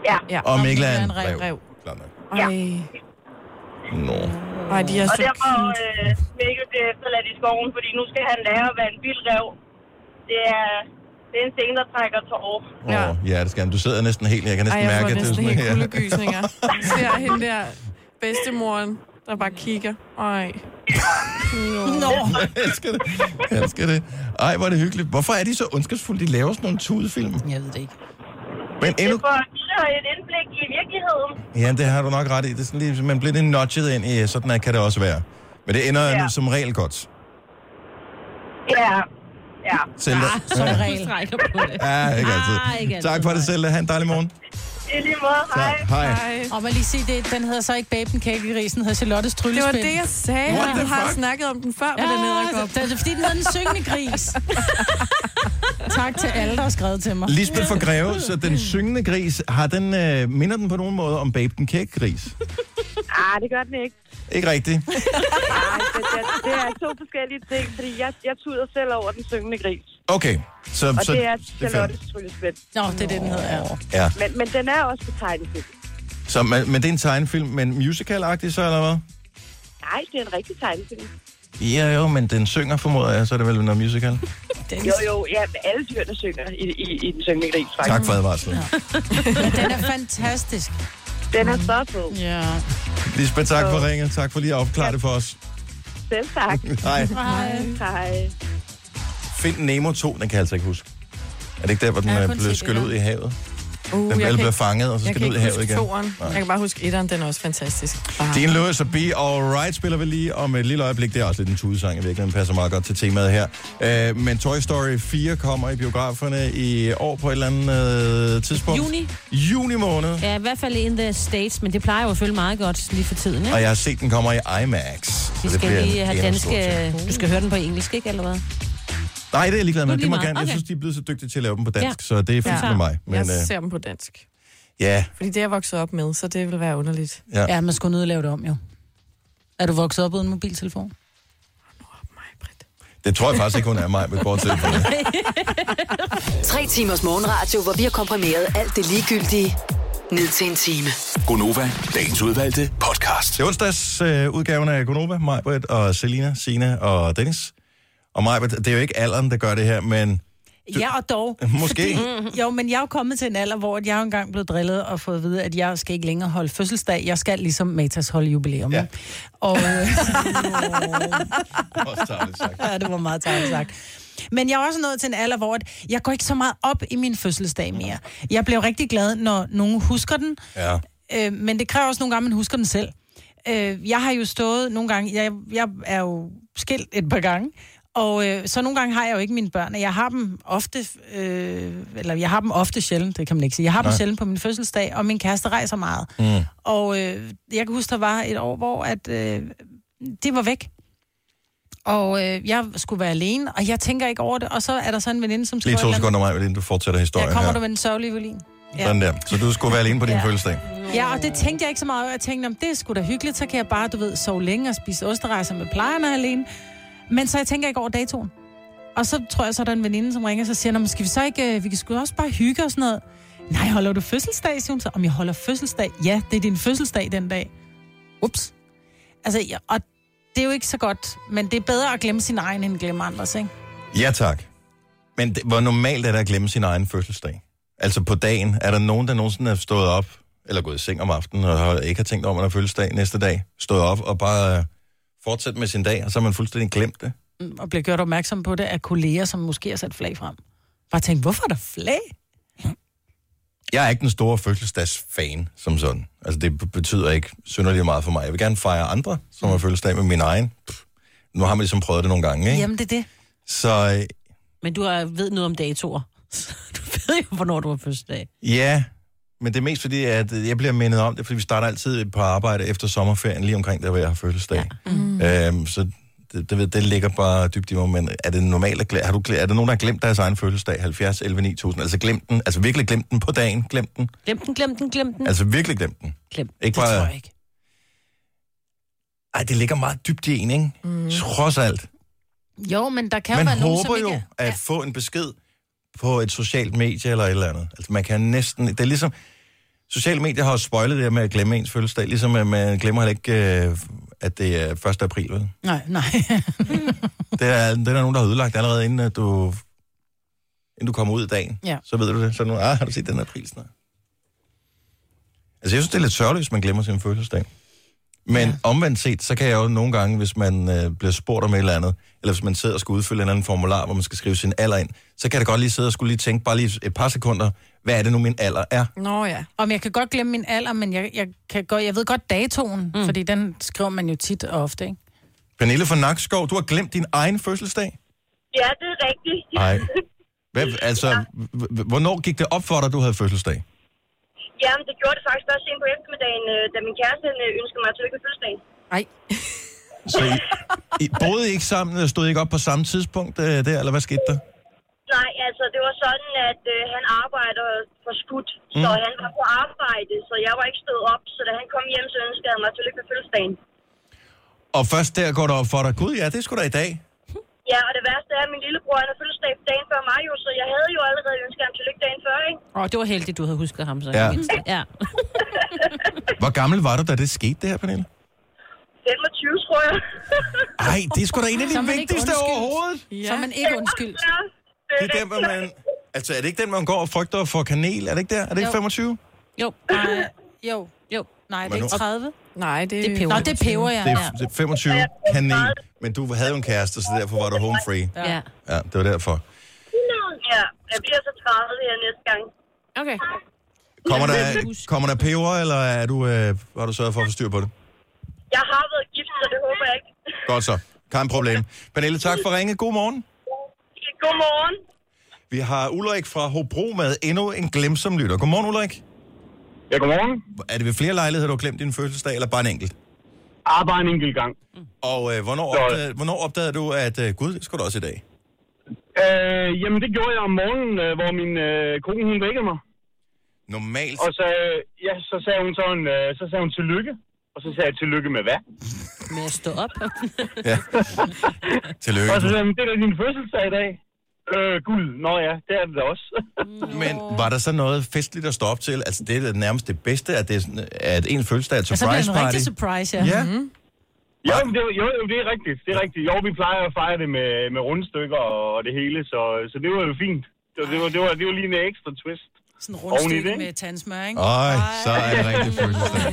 Speaker 10: ja.
Speaker 4: Ja.
Speaker 1: og Mikkel er
Speaker 3: Mikkel
Speaker 1: en
Speaker 3: er en rev.
Speaker 1: rev. Klart nok.
Speaker 10: Ja.
Speaker 4: Ej.
Speaker 1: Nå.
Speaker 4: Ej, de er
Speaker 10: Og
Speaker 4: så
Speaker 10: derfor
Speaker 4: cute.
Speaker 10: øh, Mikkel bliver efterladt i skoven, fordi nu skal han lære at være en vild rev. Det er, det er en scene, der trækker tårer.
Speaker 4: Ja.
Speaker 1: Åh, ja, det skal han. Du sidder næsten helt. Jeg kan
Speaker 4: Ej,
Speaker 1: næsten
Speaker 4: jeg
Speaker 1: mærke,
Speaker 4: får
Speaker 1: at det er
Speaker 4: næsten
Speaker 1: sådan *laughs*
Speaker 4: helt
Speaker 1: her.
Speaker 11: *laughs*
Speaker 4: kuldegysninger. Jeg ser hende der bedstemoren, der bare kigger. Ej.
Speaker 3: Nå,
Speaker 1: *laughs* Jeg elsker det. Jeg elsker det. Ej, hvor er det hyggeligt. Hvorfor er de så ondskabsfulde? De laver sådan nogle tudefilm.
Speaker 3: jeg ved det ikke.
Speaker 1: Men endnu...
Speaker 10: Det er får giver et indblik i virkeligheden.
Speaker 1: Ja, det har du nok ret i. Det er sådan lige, man bliver lidt nudget ind i, sådan her kan det også være. Men det ender ja.
Speaker 10: Ja.
Speaker 1: som regel godt.
Speaker 10: Ja, ja.
Speaker 1: Selv
Speaker 2: Som regel. på det.
Speaker 1: Ja, ikke altid.
Speaker 2: Ah, ikke altid.
Speaker 1: Tak for det,
Speaker 2: Nej.
Speaker 1: Zelda. Ha' en dejlig morgen.
Speaker 10: I lige måde. Hej.
Speaker 1: hej.
Speaker 3: Og man lige sige det, den hedder så ikke Baben Kagegrisen, hedder Charlottes
Speaker 4: Det
Speaker 3: Tryllespind.
Speaker 4: var det, jeg sagde.
Speaker 3: What
Speaker 4: What
Speaker 3: the
Speaker 4: du har
Speaker 3: fuck?
Speaker 4: snakket om den før, med
Speaker 3: Ja, altså,
Speaker 4: den
Speaker 2: Ah,
Speaker 4: æderkop.
Speaker 3: det, det er fordi, den hedder en syngende gris. *laughs* tak til alle, der har skrevet til mig.
Speaker 1: Lisbeth for Greve, så den syngende gris, har den, øh, minder den på nogen måde om Babe den kække gris?
Speaker 11: Ah, det gør den ikke.
Speaker 1: Ikke rigtigt.
Speaker 11: Ej, det, det, er- det er to forskellige ting, fordi jeg, jeg tuder selv over den syngende gris.
Speaker 1: Okay, så...
Speaker 11: og
Speaker 1: så,
Speaker 11: det er
Speaker 1: er
Speaker 11: Charlottes
Speaker 1: fandme-
Speaker 11: tryllespil.
Speaker 3: Nå, det er det, den hedder, ja.
Speaker 1: Ja.
Speaker 11: Men, men den er også på tegnefilm.
Speaker 1: så, men, men det er en tegnefilm, men musical-agtig så, eller hvad?
Speaker 11: Nej, det er en rigtig tegnefilm.
Speaker 1: Ja, jo, men den synger, formoder jeg, så er det vel noget musical.
Speaker 11: Jo, jo, ja, alle dyrene synger i, i, i den syngende gris, faktisk.
Speaker 1: Tak for advarslen.
Speaker 3: Men den er fantastisk.
Speaker 11: Den er så på.
Speaker 3: Ja.
Speaker 1: Lisbeth, tak for ringet. Tak for lige at opklare det for os.
Speaker 11: Selv tak.
Speaker 1: *laughs* Hej.
Speaker 11: Hej. Hej.
Speaker 1: Find Nemo 2, den kan jeg altså ikke huske. Er det ikke der, hvor den
Speaker 4: Jeg har
Speaker 1: øh,
Speaker 4: kun
Speaker 1: blev
Speaker 4: set
Speaker 1: skyllet
Speaker 4: etteren.
Speaker 1: ud i havet?
Speaker 4: Uh,
Speaker 1: den
Speaker 4: jeg
Speaker 1: alle
Speaker 4: kan
Speaker 1: bliver
Speaker 4: ikke-
Speaker 1: fanget, og så
Speaker 4: jeg
Speaker 1: skal
Speaker 4: kan
Speaker 1: den ud i
Speaker 4: ikke
Speaker 1: havet
Speaker 4: huske
Speaker 1: igen.
Speaker 4: Toeren. Jeg kan bare huske etteren, den er også fantastisk. Bare.
Speaker 1: Dean Lewis og Be Alright spiller vi lige om et lille øjeblik. Det er også lidt en tudesang, i virkeligheden passer meget godt til temaet her. Øh, men Toy Story 4 kommer i biograferne i år på et eller andet øh, tidspunkt.
Speaker 2: Juni.
Speaker 1: Juni måned.
Speaker 2: Ja, i hvert fald in the States, men det plejer jo at følge meget godt lige for tiden, ikke?
Speaker 1: Og jeg har set, den kommer i IMAX. Så
Speaker 2: Vi skal
Speaker 1: bliver
Speaker 2: lige have
Speaker 1: endnu en stor
Speaker 2: danske...
Speaker 1: ting.
Speaker 2: Du skal høre den på engelsk, ikke, eller hvad?
Speaker 1: Nej, det er jeg ligeglad
Speaker 2: Nu
Speaker 1: med.
Speaker 2: er det
Speaker 1: Det
Speaker 2: lige
Speaker 1: må
Speaker 2: meget.
Speaker 1: gerne. Jeg
Speaker 2: Okay.
Speaker 1: synes, de er blevet så dygtige til at lave dem på
Speaker 4: Ja.
Speaker 1: dansk, så det er fint
Speaker 4: Ja.
Speaker 1: med mig. Men,
Speaker 4: jeg
Speaker 1: øh,
Speaker 4: ser dem på dansk.
Speaker 1: ja,
Speaker 4: Fordi det er jeg vokset op med, så det vil være underligt.
Speaker 1: Ja.
Speaker 3: ja, man skulle nødt lave det om, jo. Er du vokset op uden mobiltelefon?
Speaker 1: det tror jeg faktisk ikke, hun er mig, med bortset fra det.
Speaker 6: Tre timers morgenradio, hvor vi har komprimeret alt det ligegyldige ned til en time.
Speaker 1: Gonova, dagens udvalgte podcast. Det er onsdags øh, udgaven af Gonova, Majbert og Selina, Sina og Dennis. Og Majbert, det er jo ikke alderen, der gør det her, men
Speaker 3: Ja, og dog.
Speaker 1: Måske.
Speaker 3: Fordi, jo, men jeg er jo kommet til en alder, hvor at jeg jo engang blev drillet og fået at vide, at jeg skal ikke længere holde fødselsdag. Jeg skal ligesom Matas holde jubilæum. Ja. Og... øh, *laughs* ja, det var meget tegnet sagt. Men jeg er også nået til en alder, hvor at jeg går ikke så meget op i min fødselsdag mere. Jeg blev rigtig glad, når nogen husker den,
Speaker 1: ja.
Speaker 3: Øh, men det kræver også nogle gange, at man husker den selv. Øh, jeg har jo stået nogle gange, jeg, jeg er jo skilt et par gange, og øh, så nogle gange har jeg jo ikke mine børn, og jeg har dem ofte, øh, eller jeg har dem ofte sjældent, det kan man ikke sige. Jeg har Nej.
Speaker 12: Nej.
Speaker 3: dem sjældent på min fødselsdag, og min kæreste rejser meget.
Speaker 12: Mm.
Speaker 3: Og øh, jeg kan huske, der var et år, hvor at, øh, det var væk. Og øh, jeg skulle være alene, og jeg tænker ikke over det. Og så er der så en veninde, som
Speaker 1: Lige
Speaker 3: skriver et
Speaker 1: to
Speaker 3: eller andet,
Speaker 1: sekunder, Majbert, inden du fortsætter historien
Speaker 3: Der kommer
Speaker 1: her.
Speaker 3: du med den sørgelige violin.
Speaker 1: Sådan der. Så du skulle være alene på din fødselsdag.
Speaker 3: Ja, og det tænkte jeg ikke så meget over. Jeg tænkte, om det er sgu da hyggeligt, så kan jeg bare, du ved, sove længe og spise osterrejser med plejerne alene. Men så jeg tænker ikke over datoen. Og så tror jeg, så er der en veninde, som ringer, så siger, "Nå, men skal vi så ikke, øh, vi kan sgu også bare hygge og sådan noget. Nej, holder du fødselsdag, siger hun så. Om jeg holder fødselsdag? Ja, det er din fødselsdag den dag. Ups. Altså, ja, og det er jo ikke så godt, men det er bedre at glemme sin egen, end at glemme andres, ikke?
Speaker 1: Ja, tak. Men det, hvor normalt er det at glemme sin egen fødselsdag? Altså på dagen, er der nogen, der nogensinde har stået op, eller gået i seng om aftenen, og har- ikke har tænkt over, at man har fødselsdag næste dag, stået op og bare øh, fortsat med sin dag, og så har man fuldstændig glemt det?
Speaker 3: Mm, Og bliver gjort opmærksom på det af kolleger, som måske har sat flag frem. Bare tænk, hvorfor er der flag?
Speaker 1: Jeg er ikke den store fødselsdagsfan som sådan. Altså, det b- betyder ikke synderligt meget for mig. Jeg vil gerne fejre andre, som har fødselsdag med min egen. Pff, nu har man ligesom prøvet det nogle gange, ikke?
Speaker 3: Jamen, det er det.
Speaker 1: Så øh,
Speaker 2: Men du er, ved noget om datoer. *laughs* Du ved jo, hvornår du har fødselsdag.
Speaker 1: ja, men det er mest fordi, at øh, jeg bliver mindet om det, fordi vi starter altid på arbejde efter sommerferien, lige omkring der, hvor jeg har fødselsdag. Ja. Mm. Øhm, så det, det, ved- det ligger bare dybt i mig, men er det normalt at glemme? Har du, gle- er der nogen, der har glemt deres egen fødselsdag? 70, 11, 9000? Altså glemt den? Altså virkelig glemt den på dagen? Glemt den?
Speaker 2: Glem den, glem den, glem den.
Speaker 1: Altså virkelig glemt den?
Speaker 2: glem.
Speaker 1: Ikke bare... Det tror jeg ikke. Ej, det ligger meget dybt i en, ikke? Mm. Trods alt.
Speaker 3: Jo, men der kan
Speaker 1: man
Speaker 3: jo være nogen,
Speaker 1: håber
Speaker 3: som
Speaker 1: jo
Speaker 3: ikke...
Speaker 1: at få en besked på et socialt medie eller et eller andet. Altså, man kan næsten... Det er ligesom... Sociale medier har jo spoilet det her med at glemme ens fødselsdag, ligesom at man glemmer heller ikke, øh, at det er 1. april, vel?
Speaker 3: Nej, nej. *laughs*
Speaker 1: Det er, det er der nogen, der har ødelagt allerede, inden at du, inden du kommer ud i dagen.
Speaker 3: Ja.
Speaker 1: Så ved du det. Så nu, ah, har du set den april snart? Altså, jeg synes, det er lidt sørgeligt, hvis man glemmer sin fødselsdag. Men ja. omvendt set, så kan jeg jo nogle gange, hvis man øh, bliver spurgt om et eller andet, eller hvis man sidder og skal udfylde en eller anden formular, hvor man skal skrive sin alder ind, så kan det godt lige sidde og skulle lige tænke, bare lige et par sekunder, hvad er det nu, min alder er?
Speaker 3: Nå ja. Om jeg kan godt glemme min alder, men jeg, jeg, kan godt, jeg ved godt datoen, mm. fordi den skriver man jo tit og ofte, ikke?
Speaker 1: Pernille fra Nakskov, du har glemt din egen fødselsdag?
Speaker 10: Ja, det er
Speaker 1: *laughs*
Speaker 10: rigtigt.
Speaker 1: Nej. Hvad, altså, h- h- hvornår gik det op for dig, du havde fødselsdag?
Speaker 10: Jamen, det gjorde det faktisk også sent på eftermiddagen, øh, da min kæreste han, øh, ønskede mig tillykke med fødselsdagen.
Speaker 1: Så I, I boede I ikke sammen, eller stod I ikke op på samme tidspunkt øh, der, eller hvad skete der?
Speaker 10: Nej, altså, det var sådan, at øh, han arbejder for skudt, mm. så
Speaker 1: Mm.
Speaker 10: han var på arbejde, så jeg var ikke stået op. Så da han kom hjem, så ønskede han mig tillykke med fødselsdagen.
Speaker 1: Og først der går det op for dig, gud ja, det skulle da i dag.
Speaker 10: Ja, og det værste er, at min lillebror han har fødselsdag dagen før mig, jo, så jeg havde jo allerede ønsket ham tillykke dagen før, ikke?
Speaker 2: Åh, oh, det var heldigt, du havde husket ham så.
Speaker 1: Ja.
Speaker 2: ja.
Speaker 1: Hvor gammel var du, da det skete det her, Pernille?
Speaker 10: 25, tror jeg.
Speaker 1: Ej, det er sgu da en af
Speaker 3: Så er
Speaker 1: de
Speaker 3: man ikke
Speaker 1: vigtigste
Speaker 3: undskyldt.
Speaker 1: overhovedet.
Speaker 3: Ja. Så er man ikke undskyldt.
Speaker 1: Det er den, hvor man... Altså, er det ikke den, man går og frygter for kanel? Er det ikke der? Er det ikke
Speaker 3: Jo.
Speaker 1: 25?
Speaker 2: Jo.
Speaker 3: Nej. Jo.
Speaker 2: Jo.
Speaker 3: Nej, det
Speaker 1: Men
Speaker 3: er ikke
Speaker 1: nu-
Speaker 3: 30.
Speaker 4: Nej, det,
Speaker 3: det er peber. Nå, det er peber, ja.
Speaker 1: Det er, det er 25 kanel. Men du havde jo en kæreste, så derfor var du home free.
Speaker 2: Ja.
Speaker 1: Ja, det var derfor.
Speaker 10: Ja, jeg bliver så 30 her næste gang.
Speaker 2: Okay.
Speaker 1: Kommer der, kommer der peber, eller er du, øh, har du sørget for at få styr på det?
Speaker 10: Jeg har været gift, så det håber jeg ikke.
Speaker 1: Godt så. Kein problem. Pernille, tak for ringe. God morgen.
Speaker 10: Godmorgen.
Speaker 1: Vi har Ulrik fra Hobro med endnu en glemsom lytter. Godmorgen, Ulrik. Ja, godmorgen. Er det ved flere lejligheder, du har glemt din fødselsdag, eller bare en enkelt? Ah, bare en enkelt gang. Og øh, hvornår, opdagede, hvornår opdagede du, at øh, gud, det skulle du også i dag?
Speaker 12: Øh, jamen, det gjorde jeg om morgenen, øh, hvor min øh, kone, hun vækkede mig.
Speaker 1: Normalt?
Speaker 12: Og så, øh, ja, så sagde hun sådan, øh, så sagde hun tillykke. Og så sagde jeg, tillykke med hvad?
Speaker 2: Med at stå op.
Speaker 1: ja. tillykke.
Speaker 12: Og så sagde hun, det er da din fødselsdag i dag. Øh, guld. Nå ja, det er det da også.
Speaker 1: Men var der så noget festligt at stå op til? Altså, det er da nærmest det bedste, at, det er sådan, at en fødselsdag er et
Speaker 12: Ja, så Altså, bliver det en
Speaker 1: surprise party.
Speaker 12: rigtig surprise, ja.
Speaker 1: ja.
Speaker 12: Mhm. Jo, men det, var- jo, jo, det er rigtigt. Det er rigtigt. Jo, vi plejer at fejre det med, med rundstykker og, og det hele, så, så det var jo fint. Det, var- det, var, det, var, det var lige en ekstra twist.
Speaker 3: Sådan
Speaker 12: Oveni det,
Speaker 3: rundstykke
Speaker 12: ikke?
Speaker 3: med tandsmør, ikke?
Speaker 1: Øj, så er det rigtig fødselsdag.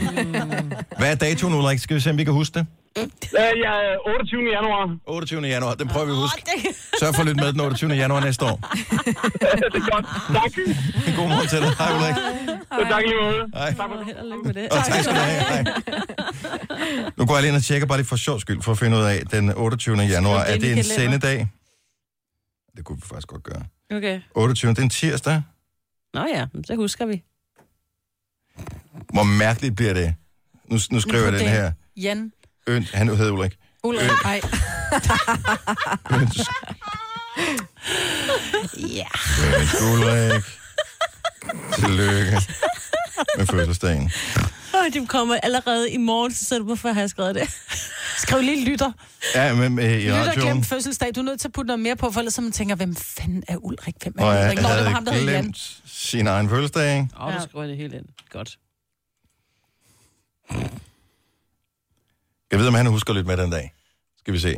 Speaker 1: Hvad er datoen, Ulrik? Skal vi se, om vi kan huske det?
Speaker 12: Ja, 28. januar.
Speaker 1: 28. januar, den prøver vi at huske.
Speaker 3: det-
Speaker 1: Sørg for at lytte med den 28. januar næste
Speaker 12: *laughs*
Speaker 1: år. *laughs*
Speaker 12: det er godt. Tak.
Speaker 1: En god morgen til dig. Hej, Ulrik.
Speaker 12: Så tak lige måde.
Speaker 1: Hej.
Speaker 12: Tak for
Speaker 2: det.
Speaker 1: Og tak skal du have. Hej. Nu går jeg lige ind og tjekker bare lige for sjov skyld, for at finde ud af, den 28. januar, er
Speaker 4: Skriv det
Speaker 1: det
Speaker 4: ind i
Speaker 1: en
Speaker 4: kalenderen.
Speaker 1: sendedag? Det kunne vi faktisk godt gøre.
Speaker 2: Okay.
Speaker 1: 28. Det er en tirsdag.
Speaker 2: Nå ja, så husker vi.
Speaker 1: Hvor mærkeligt bliver det? Nu, nu skriver jeg den her.
Speaker 3: Jan.
Speaker 1: Øn, han hedder Ulrik.
Speaker 3: Ulrik.
Speaker 1: Øh.
Speaker 3: Nej.
Speaker 1: Ønsk,
Speaker 3: ja.
Speaker 1: ønsk Ulrik. Tillykke med fødselsdagen.
Speaker 2: Åh, de kommer allerede i morgen, så du, hvorfor har jeg skrevet det?
Speaker 3: Skriv lige lytter.
Speaker 1: Ja, men øh, i
Speaker 3: Lytter
Speaker 1: radioen.
Speaker 3: glemt fødselsdag. Du er nødt til at putte noget mere på, for ellers så man tænker, hvem fanden er Ulrik? Hvem er
Speaker 1: Og
Speaker 3: Ulrik?
Speaker 1: jeg
Speaker 3: Nå, det var
Speaker 1: havde
Speaker 3: ham, der hed Jan.
Speaker 1: glemt sin egen fødselsdag. ikke?
Speaker 2: Åh, oh, du skriver det helt ind. Godt.
Speaker 1: Jeg ved, om han husker lidt med den dag. Skal vi se.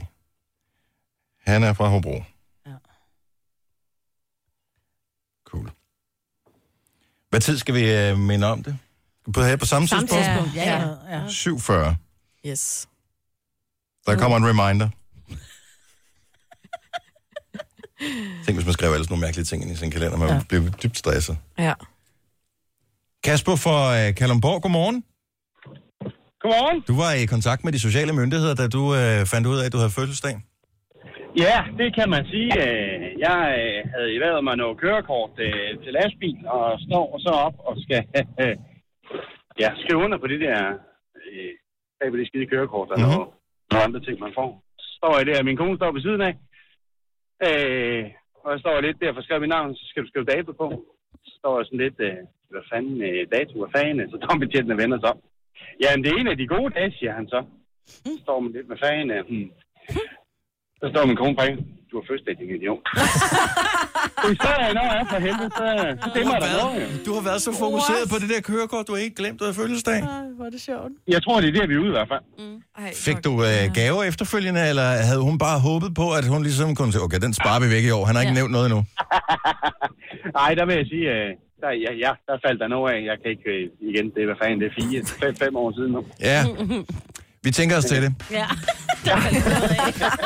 Speaker 1: Han er fra Hobro.
Speaker 2: Ja.
Speaker 1: Cool. Hvad tid skal vi øh, minde om det? På, her på samme,
Speaker 4: Samme tidspunkt, ja, ja, ja.
Speaker 1: ja. 7.40.
Speaker 4: Yes.
Speaker 1: Der kommer en reminder. Tænk, hvis man skrev alle sådan nogle mærkelige ting ind i sin kalender. Man ja. bliver dybt stresset.
Speaker 4: Ja.
Speaker 1: Kasper fra øh, Kalundborg, godmorgen.
Speaker 12: Godmorgen.
Speaker 1: Du var i kontakt med de sociale myndigheder, da du øh, fandt ud af, at du havde fødselsdag.
Speaker 12: Ja, det kan man sige. Øh, Jeg øh, havde erhvervet mig noget kørekort øh, til lastbil, og står så op og skal *laughs* øh, ja, skrive under på det der øh, bag på det skide kørekort og mm-hmm. nogle andre ting, man får. Så står jeg der, min kone står ved siden af, øh, og jeg står lidt der for at skrive mit navn, så skal du skrive dato på. Så står jeg sådan lidt, øh, hvad fanden øh, dato, hvad fanden, så står betjentene og vender sig om. Jamen, det er en af de gode dage, siger han så. Så står man lidt med fanden, øh, hmm. Så står min kone bag. Du har fødselsdag, din idiot. Det så jeg, når jeg er for helvede, så øh, så det mig der noget. jo.
Speaker 1: Du har været så fokuseret What? på det der kørekort, du har helt glemt, du havde fødselsdag.
Speaker 4: Hvor er det sjovt.
Speaker 12: Jeg tror, det er der, vi er ude i hvert fald.
Speaker 1: Fik du øh, gaver efterfølgende, eller havde hun bare håbet på, at hun ligesom kunne sige, okay, den sparer vi væk i år, han har ikke ja. nævnt noget
Speaker 12: *laughs*
Speaker 1: endnu.
Speaker 12: Nej, der vil jeg sige, øh, der, ja, ja, der faldt der noget af. Jeg kan ikke øh, igen, det er hvad fanden, det er fire, fem, fem år siden nu.
Speaker 1: Ja, vi tænker os til det.
Speaker 2: Ja.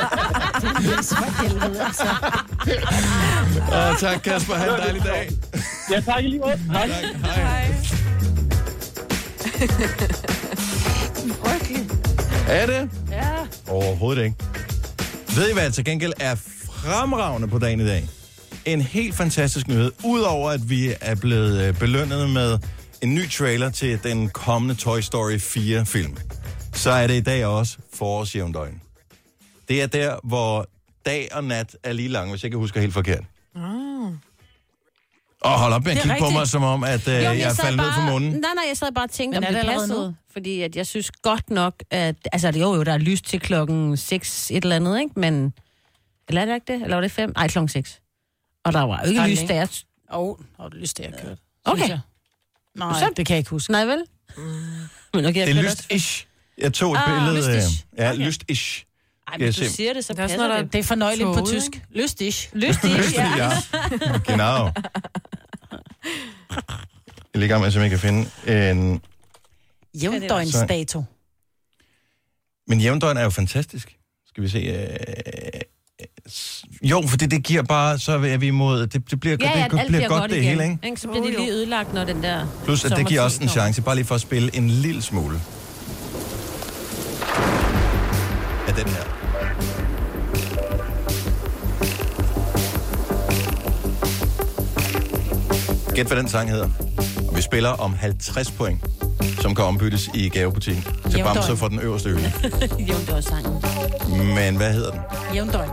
Speaker 12: *laughs*
Speaker 1: Og tak Kasper, have en dejlig dag.
Speaker 12: Ja, tak i lige måde. Hej.
Speaker 1: Hej. Er det?
Speaker 4: Ja.
Speaker 1: Overhovedet ikke. Ved I hvad, til gengæld er fremragende på dagen i dag? En helt fantastisk nyhed, udover at vi er blevet øh, belønnet med en ny trailer til den kommende Toy Story 4-film, så er det i dag også forårsjævndøgn. Det er der, hvor dag og nat er lige lang, hvis jeg ikke husker helt forkert.
Speaker 2: Ah.
Speaker 1: Og hold op med
Speaker 2: Det
Speaker 1: at
Speaker 2: er
Speaker 1: kigge på
Speaker 2: rigtigt.
Speaker 1: mig, som om at øh,
Speaker 2: Jo,
Speaker 1: jeg,
Speaker 2: men
Speaker 1: jeg
Speaker 2: sad
Speaker 1: faldt ned fra
Speaker 2: bare-
Speaker 1: munden.
Speaker 2: Nej, nej, jeg sad bare og tænkte,
Speaker 3: Men
Speaker 2: om
Speaker 3: er
Speaker 2: det
Speaker 3: det allerede
Speaker 2: passede.
Speaker 3: nu?
Speaker 2: Fordi at jeg synes godt nok, at... Altså, jo, jo, der er lys til klokken 6 et eller andet, ikke? Men... Eller er det ikke det? Eller var det 5? Nej, klokken 6. Og der var jo ikke
Speaker 3: Der er
Speaker 2: lys,
Speaker 3: længe.
Speaker 2: da jeg...
Speaker 3: Åh, oh, lyst til at køre.
Speaker 2: Okay.
Speaker 3: Nej, det kan jeg ikke huske.
Speaker 2: Nej, vel? Men okay, jeg
Speaker 1: det er
Speaker 2: kører
Speaker 1: lyst-ish. Jeg tog et
Speaker 2: Ah,
Speaker 1: billede... øh,
Speaker 2: lyst-ish.
Speaker 1: Ja, lyst-ish.
Speaker 2: Ej,
Speaker 1: Kan
Speaker 2: men
Speaker 1: jeg
Speaker 2: du
Speaker 1: se.
Speaker 2: siger det, så
Speaker 3: Det er,
Speaker 2: passer
Speaker 3: sådan, noget,
Speaker 2: det.
Speaker 3: der, det er fornøjeligt på tysk. Lystisch.
Speaker 1: *laughs*
Speaker 2: Lystisch, ja.
Speaker 1: Ja. Genau. Jeg ligger med, som jeg kan finde en...
Speaker 3: Jævndøgnsdato.
Speaker 1: Men jævndøgn er jo fantastisk. Skal vi se... Øh... s- Jo, for det, det giver bare... Så er vi imod... Det, det bliver,
Speaker 2: Ja, ja,
Speaker 1: det, det
Speaker 2: alt
Speaker 1: bliver godt, det
Speaker 2: igen.
Speaker 1: hele, ikke?
Speaker 2: Så bliver det lige ødelagt, når den der...
Speaker 1: Plus, at det giver også en
Speaker 2: sommertid
Speaker 1: chance, bare lige for at spille en lille smule. Af den her. Gæt, hvad den sang hedder. Og vi spiller om 50 point, som kan ombyttes i gavebutikken. Til
Speaker 2: Jævndøgn.
Speaker 1: Bamse for den øverste hylde.
Speaker 2: kommer. Jævndørssangen.
Speaker 1: Men hvad hedder den?
Speaker 2: Jævndøgn.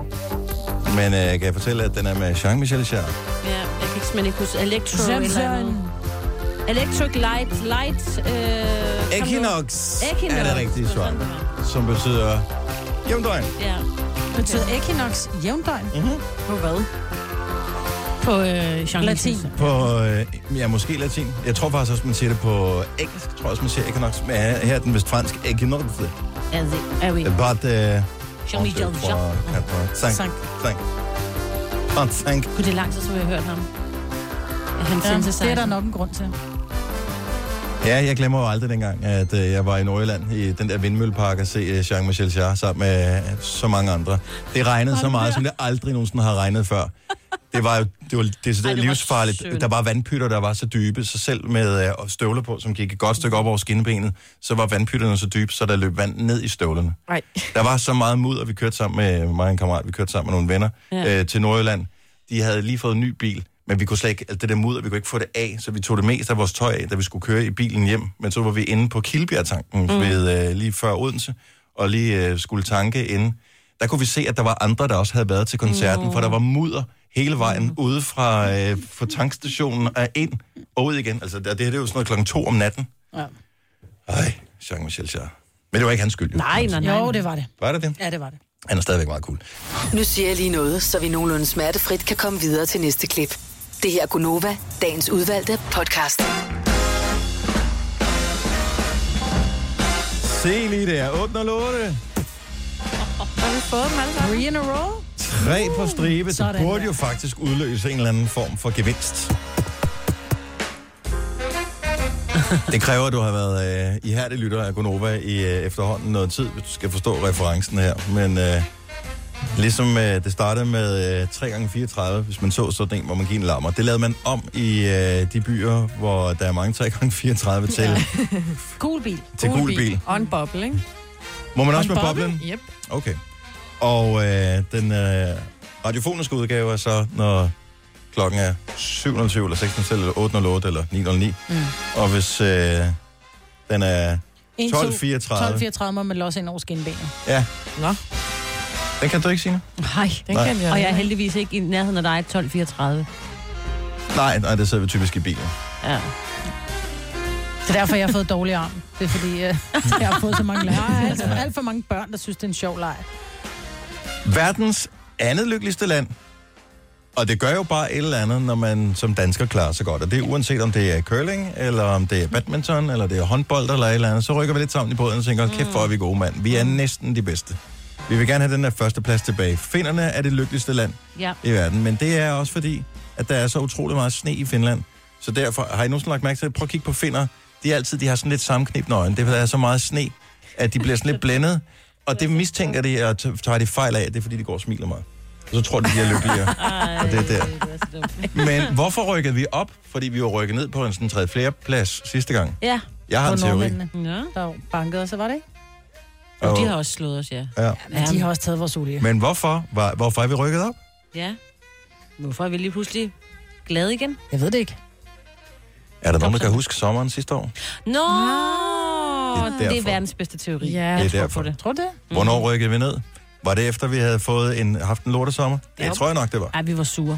Speaker 1: Men øh, kan jeg fortælle, at den er med Jean-Michel Jarre?
Speaker 2: Ja, jeg kan ikke simpelthen ikke huske. Electro
Speaker 3: Samson.
Speaker 2: eller andet. Electric Light, Light... Øh, kom nu.
Speaker 1: Equinox
Speaker 2: Equinox.
Speaker 1: er det rigtige svar, som betyder jævndøgn.
Speaker 2: Ja.
Speaker 3: Betyder Equinox jævndøgn?
Speaker 1: Mm-hmm.
Speaker 3: På hvad?
Speaker 2: På øh, Jean
Speaker 3: Latin.
Speaker 1: På, øh, ja, måske latin. Jeg tror faktisk også, man siger det på engelsk. Jeg tror også, man siger equinox. Men her her er den vist fransk equinox.
Speaker 2: Er det? Er vi?
Speaker 1: But... Øh,
Speaker 2: Jean-Michel Jarre.
Speaker 1: Sank.
Speaker 2: Sank.
Speaker 1: Sank. Frank, Sank.
Speaker 2: Gud, det er lang tid, som jeg har hørt ham. Han
Speaker 3: Ja,
Speaker 2: sendte sig.
Speaker 3: det er der nok en grund til.
Speaker 1: Ja, jeg glemmer jo aldrig dengang, at øh, jeg var i Nordjylland i den der vindmøllepark og se øh, Jean-Michel Jarre sammen med øh, så mange andre. Det regnede så meget, som det aldrig nogensinde har regnet før. Det var jo det var decideret
Speaker 13: Ej,
Speaker 1: Ej,
Speaker 13: det
Speaker 1: det
Speaker 13: var
Speaker 1: livsfarligt.
Speaker 13: synd.
Speaker 1: Der var vandpytter, der var så dybe, så selv med øh, støvler på, som gik et godt stykke op over skinnebenet, så var vandpytterne så dybe, så der løb vand ned i støvlerne.
Speaker 4: Nej.
Speaker 1: Der var så meget mudder, vi kørte sammen med mig og en kammerat, vi kørte sammen med nogle venner
Speaker 4: Ja.
Speaker 1: ja. øh, til Nordjylland. De havde lige fået en ny bil, men vi kunne slet ikke, alt det der mudder, vi kunne ikke få det af, så vi tog det mest af vores tøj af, da vi skulle køre i bilen hjem. Men så var vi inde på Kildbjergtanken mm. ved, øh, lige før Odense, og lige øh, skulle tanke inde. Der kunne vi se, at der var andre, der også havde været til koncerten,
Speaker 13: Nå.
Speaker 1: no. for der var mudder hele vejen ude fra, øh, fra tankstationen og ind og ud igen. Altså, der- det her det er jo sådan noget klokken to om natten.
Speaker 3: Ja.
Speaker 1: Ej, Jean-Michel Jarre. Men det var ikke hans skyld. jo.
Speaker 3: Nej, nej, nej. Jo, det var det.
Speaker 1: Var det det?
Speaker 3: Ja, det var det.
Speaker 1: Han er stadigvæk meget cool.
Speaker 6: Nu siger jeg lige noget, så vi nogenlunde smertefrit kan komme videre til næste klip. Det her er Gunova, dagens udvalgte podcast.
Speaker 1: Se lige der. 8 og 8.
Speaker 4: Har vi fået dem alle sammen?
Speaker 3: Three in a row?
Speaker 1: Tre på stribe. Det
Speaker 4: sådan
Speaker 1: burde
Speaker 4: der.
Speaker 1: jo faktisk udløse en eller anden form for gevinst. Det kræver, at du har været øh, ihærdig lytter af Gonova i øh, efterhånden noget tid, hvis du skal forstå referencen her. Men øh, ligesom øh, det startede med øh, 3x34, hvis man så sådan en, hvor man gik en lammer. Det lavede man om i øh, de byer, hvor der er mange 3x34 til. Ja.
Speaker 3: Gul bil.
Speaker 1: Til gul bil.
Speaker 4: Og en boble, ikke?
Speaker 1: Må man
Speaker 4: Og
Speaker 1: også
Speaker 4: en
Speaker 1: med
Speaker 4: boble?
Speaker 1: boblen?
Speaker 4: Yep.
Speaker 1: Okay. Og øh, den øh, radiofoniske udgave er så, når klokken er 7.07, eller 6.07, eller 8.08, eller 9.09.
Speaker 3: Mm.
Speaker 1: Og hvis øh, den er
Speaker 3: 1, 2,
Speaker 1: 12.34...
Speaker 3: 12.34 må man låse ind over skinbenet.
Speaker 1: Ja,
Speaker 4: Nå.
Speaker 1: den kan du ikke, Signe?
Speaker 2: Nej.
Speaker 1: Den Nej. kendte jeg
Speaker 2: Og jeg er
Speaker 1: ikke.
Speaker 2: heldigvis ikke i nærheden af dig 1234.
Speaker 1: Nej, nej, det sidder vi typisk i bilen.
Speaker 2: Ja.
Speaker 3: Det er derfor, jeg har fået dårlig arm. Det er fordi, øh, jeg har fået så mange *laughs* lærere. Alt, alt for mange børn, der synes, det er en sjov leg.
Speaker 1: Verdens andet lykkeligste land. Og det gør jo bare et eller andet, når man som dansker klarer sig godt. Og det er uanset om det er curling, eller om det er badminton, eller det er håndbold, eller et eller andet. Så rykker vi lidt sammen i båden og tænker, kæft hvor er vi gode mand. Vi er næsten de bedste. Vi vil gerne have den der første plads tilbage. Finderne er det lykkeligste land
Speaker 2: Ja.
Speaker 1: i verden. Men det er også fordi, at der er så utrolig meget sne i Finland. Så derfor har I nogensinde lagt mærke til, prøv at kigge på finner. De er altid, de har sådan lidt sammenknibende øjne. Det er, fordi der er så meget sne, at de bliver sådan lidt blændet. Og det mistænker de, og t- tager de fejl af, det er fordi, de går og smiler meget. Og så tror de, de er lykkeligere. og det er der. Men hvorfor rykkede vi op? Fordi vi var rykket ned på en sådan tredje flere plads sidste gang.
Speaker 2: *laughs* Ja.
Speaker 1: Jeg har en
Speaker 3: På
Speaker 1: teori.
Speaker 3: nordmændene, øh, Der bankede, og så var det ikke?
Speaker 1: Og-
Speaker 2: De har også slået os, ja.
Speaker 1: Ja.
Speaker 3: Men de har også taget vores olie.
Speaker 1: Men hvorfor, var, hvorfor er vi rykket op?
Speaker 2: Ja. Hvorfor er vi lige pludselig glade igen?
Speaker 3: Jeg ved det ikke.
Speaker 1: Er der nogen, der kan huske sommeren sidste år?
Speaker 2: Nå,
Speaker 3: Ah.
Speaker 1: er
Speaker 2: det er
Speaker 1: derfor.
Speaker 2: verdens bedste teori. Ja,
Speaker 1: det er derfor. Mm.
Speaker 2: det. Tror du det?
Speaker 1: Hvornår rykkede vi ned? Var det efter, vi havde fået en, haft en lortesommer? Det tror jeg nok, det var.
Speaker 2: Ja, vi var sure.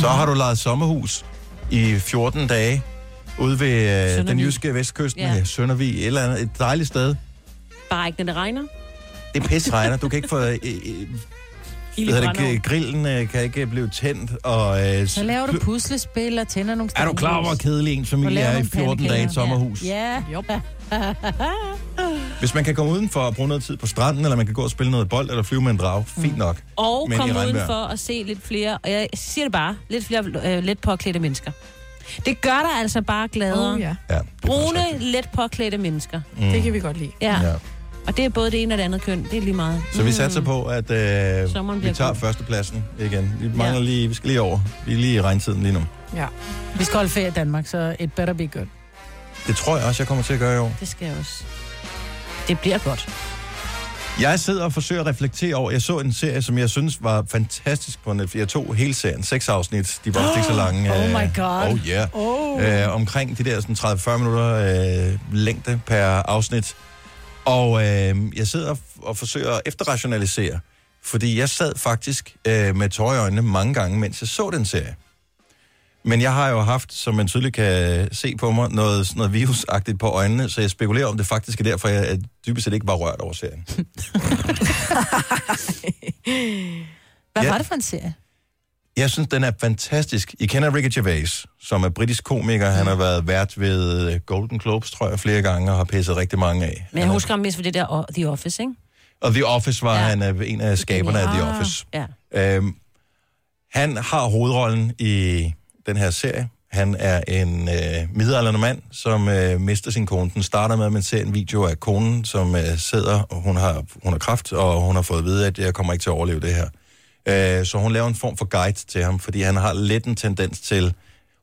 Speaker 1: Så har du lejet sommerhus i 14 dage ude ved øh, den jyske vestkyst,
Speaker 2: Ja.
Speaker 1: ja. Søndervig, et eller andet, et dejligt sted.
Speaker 2: Bare ikke, når det regner.
Speaker 1: Det er pisregner, du kan ikke få... Øh, øh,
Speaker 2: Ild i
Speaker 1: hvad hedder
Speaker 2: brændeovnen.
Speaker 1: det, grillen øh, kan ikke blive tændt, og... Øh,
Speaker 3: Så laver du puslespil og tænder nogle
Speaker 1: er du klar over, hvor kedelig en
Speaker 3: Og
Speaker 1: familie
Speaker 3: laver
Speaker 1: er i
Speaker 3: nogle
Speaker 1: 14 dage i et
Speaker 3: pandekager.
Speaker 1: sommerhus?
Speaker 3: Ja.
Speaker 4: Yep.
Speaker 1: Hvis man kan komme udenfor og bruge noget tid på stranden, eller man kan gå og spille noget bold, eller flyve med en drag, fint nok.
Speaker 2: Og
Speaker 1: Men i
Speaker 2: komme
Speaker 1: regnvejr.
Speaker 2: udenfor og se lidt flere, og jeg siger det bare, lidt flere øh, let påklædte mennesker. Det gør dig altså bare gladere.
Speaker 4: Oh, ja.
Speaker 1: Ja,
Speaker 2: Brune, let påklædte mennesker.
Speaker 1: Mm. Det kan
Speaker 4: vi godt lide.
Speaker 2: Ja.
Speaker 1: Ja.
Speaker 2: ja. Og det er både det ene og det andet køn. Det er lige meget.
Speaker 1: Så vi
Speaker 2: Mm.
Speaker 1: satser på, at
Speaker 2: Sommeren
Speaker 1: øh, vi
Speaker 2: bliver
Speaker 1: tager
Speaker 2: god.
Speaker 1: førstepladsen igen. Vi mangler lige, vi skal lige over. Vi er lige i regntiden lige nu.
Speaker 3: Ja. Vi skal holde ferie i Danmark, så it better be good.
Speaker 1: Det tror jeg også, jeg kommer til at gøre i år.
Speaker 2: Det skal jeg også. Det bliver godt.
Speaker 1: Jeg sidder og forsøger at reflektere over, jeg så en serie, som jeg synes var fantastisk på Netflix. Jeg tog hele serien, seks afsnit, de var også ikke så lange.
Speaker 3: *gasps* Oh
Speaker 1: øh,
Speaker 3: my God.
Speaker 1: Oh yeah.
Speaker 3: Oh.
Speaker 1: Øh, omkring de der sådan 30-40 minutter øh, længde per afsnit. Og øh, jeg sidder og, og forsøger at efterrationalisere, fordi jeg sad faktisk øh, med tårer i øjnene mange gange, mens jeg så den serie. Men jeg har jo haft, som man tydeligt kan se på mig, noget, sådan noget virusagtigt på øjnene, så jeg spekulerer om det faktisk er derfor, jeg øh, dybest set ikke var rørt over serien.
Speaker 3: Hvad
Speaker 1: Ja.
Speaker 3: ja. var det for en serie?
Speaker 1: Jeg synes, den er fantastisk. I kender Ricky Gervais, som er britisk komiker. Han har været vært ved øh, Golden Globes, tror jeg, flere gange, og har pisset rigtig mange af.
Speaker 2: Men jeg husker ham mest for det der o- The Office, ikke?
Speaker 1: Og The Office var ja. han øh, en af skaberne af The
Speaker 2: Ah,
Speaker 1: Office.
Speaker 2: Ja.
Speaker 1: Øhm, han har hovedrollen i den her serie. Han er en øh, midaldrende mand, som øh, mister sin kone. Den starter med, at man ser en video af konen, som øh, sidder, og hun har, hun har kraft, og hun har fået at vide, at jeg kommer ikke til at overleve det her. Øh, så hun laver en form for guide til ham, fordi han har lidt en tendens til...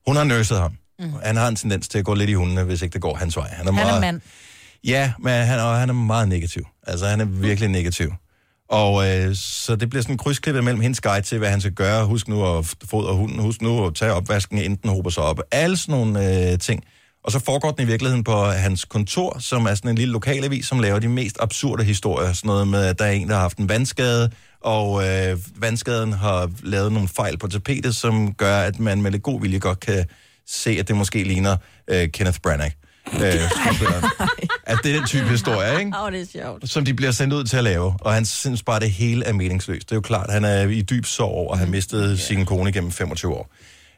Speaker 1: Hun har nørset ham. Mm. Han har en tendens til at gå lidt i hundene, hvis ikke det går hans vej. Han er,
Speaker 3: Han
Speaker 1: meget,
Speaker 3: er mand.
Speaker 1: Ja, men han, og han er meget negativ. Altså, han er virkelig negativ. Og øh, så det bliver sådan krydsklippet mellem hendes guide til, hvad han skal gøre. Husk nu at f- fodre hunden. Husk nu at tage opvasken, inden den hober sig op. Alle sådan nogle øh, ting. Og så foregår den i virkeligheden på hans kontor, som er sådan en lille lokalavis, som laver de mest absurde historier. Sådan noget med, at der er en, der har haft en vandskade, og øh, vandskaden har lavet nogle fejl på tapetet, som gør, at man med lidt god vilje godt kan se, at det måske ligner øh, Kenneth Branagh. Øh, skuespilleren. at det er den type historie, ikke?
Speaker 2: Åh, oh, det er sjovt.
Speaker 1: som de bliver sendt ud til at lave. Og han synes bare, at det hele er meningsløst. Det er jo klart, han er i dyb sorg over, at han mistede yeah. sin kone gennem 25 år.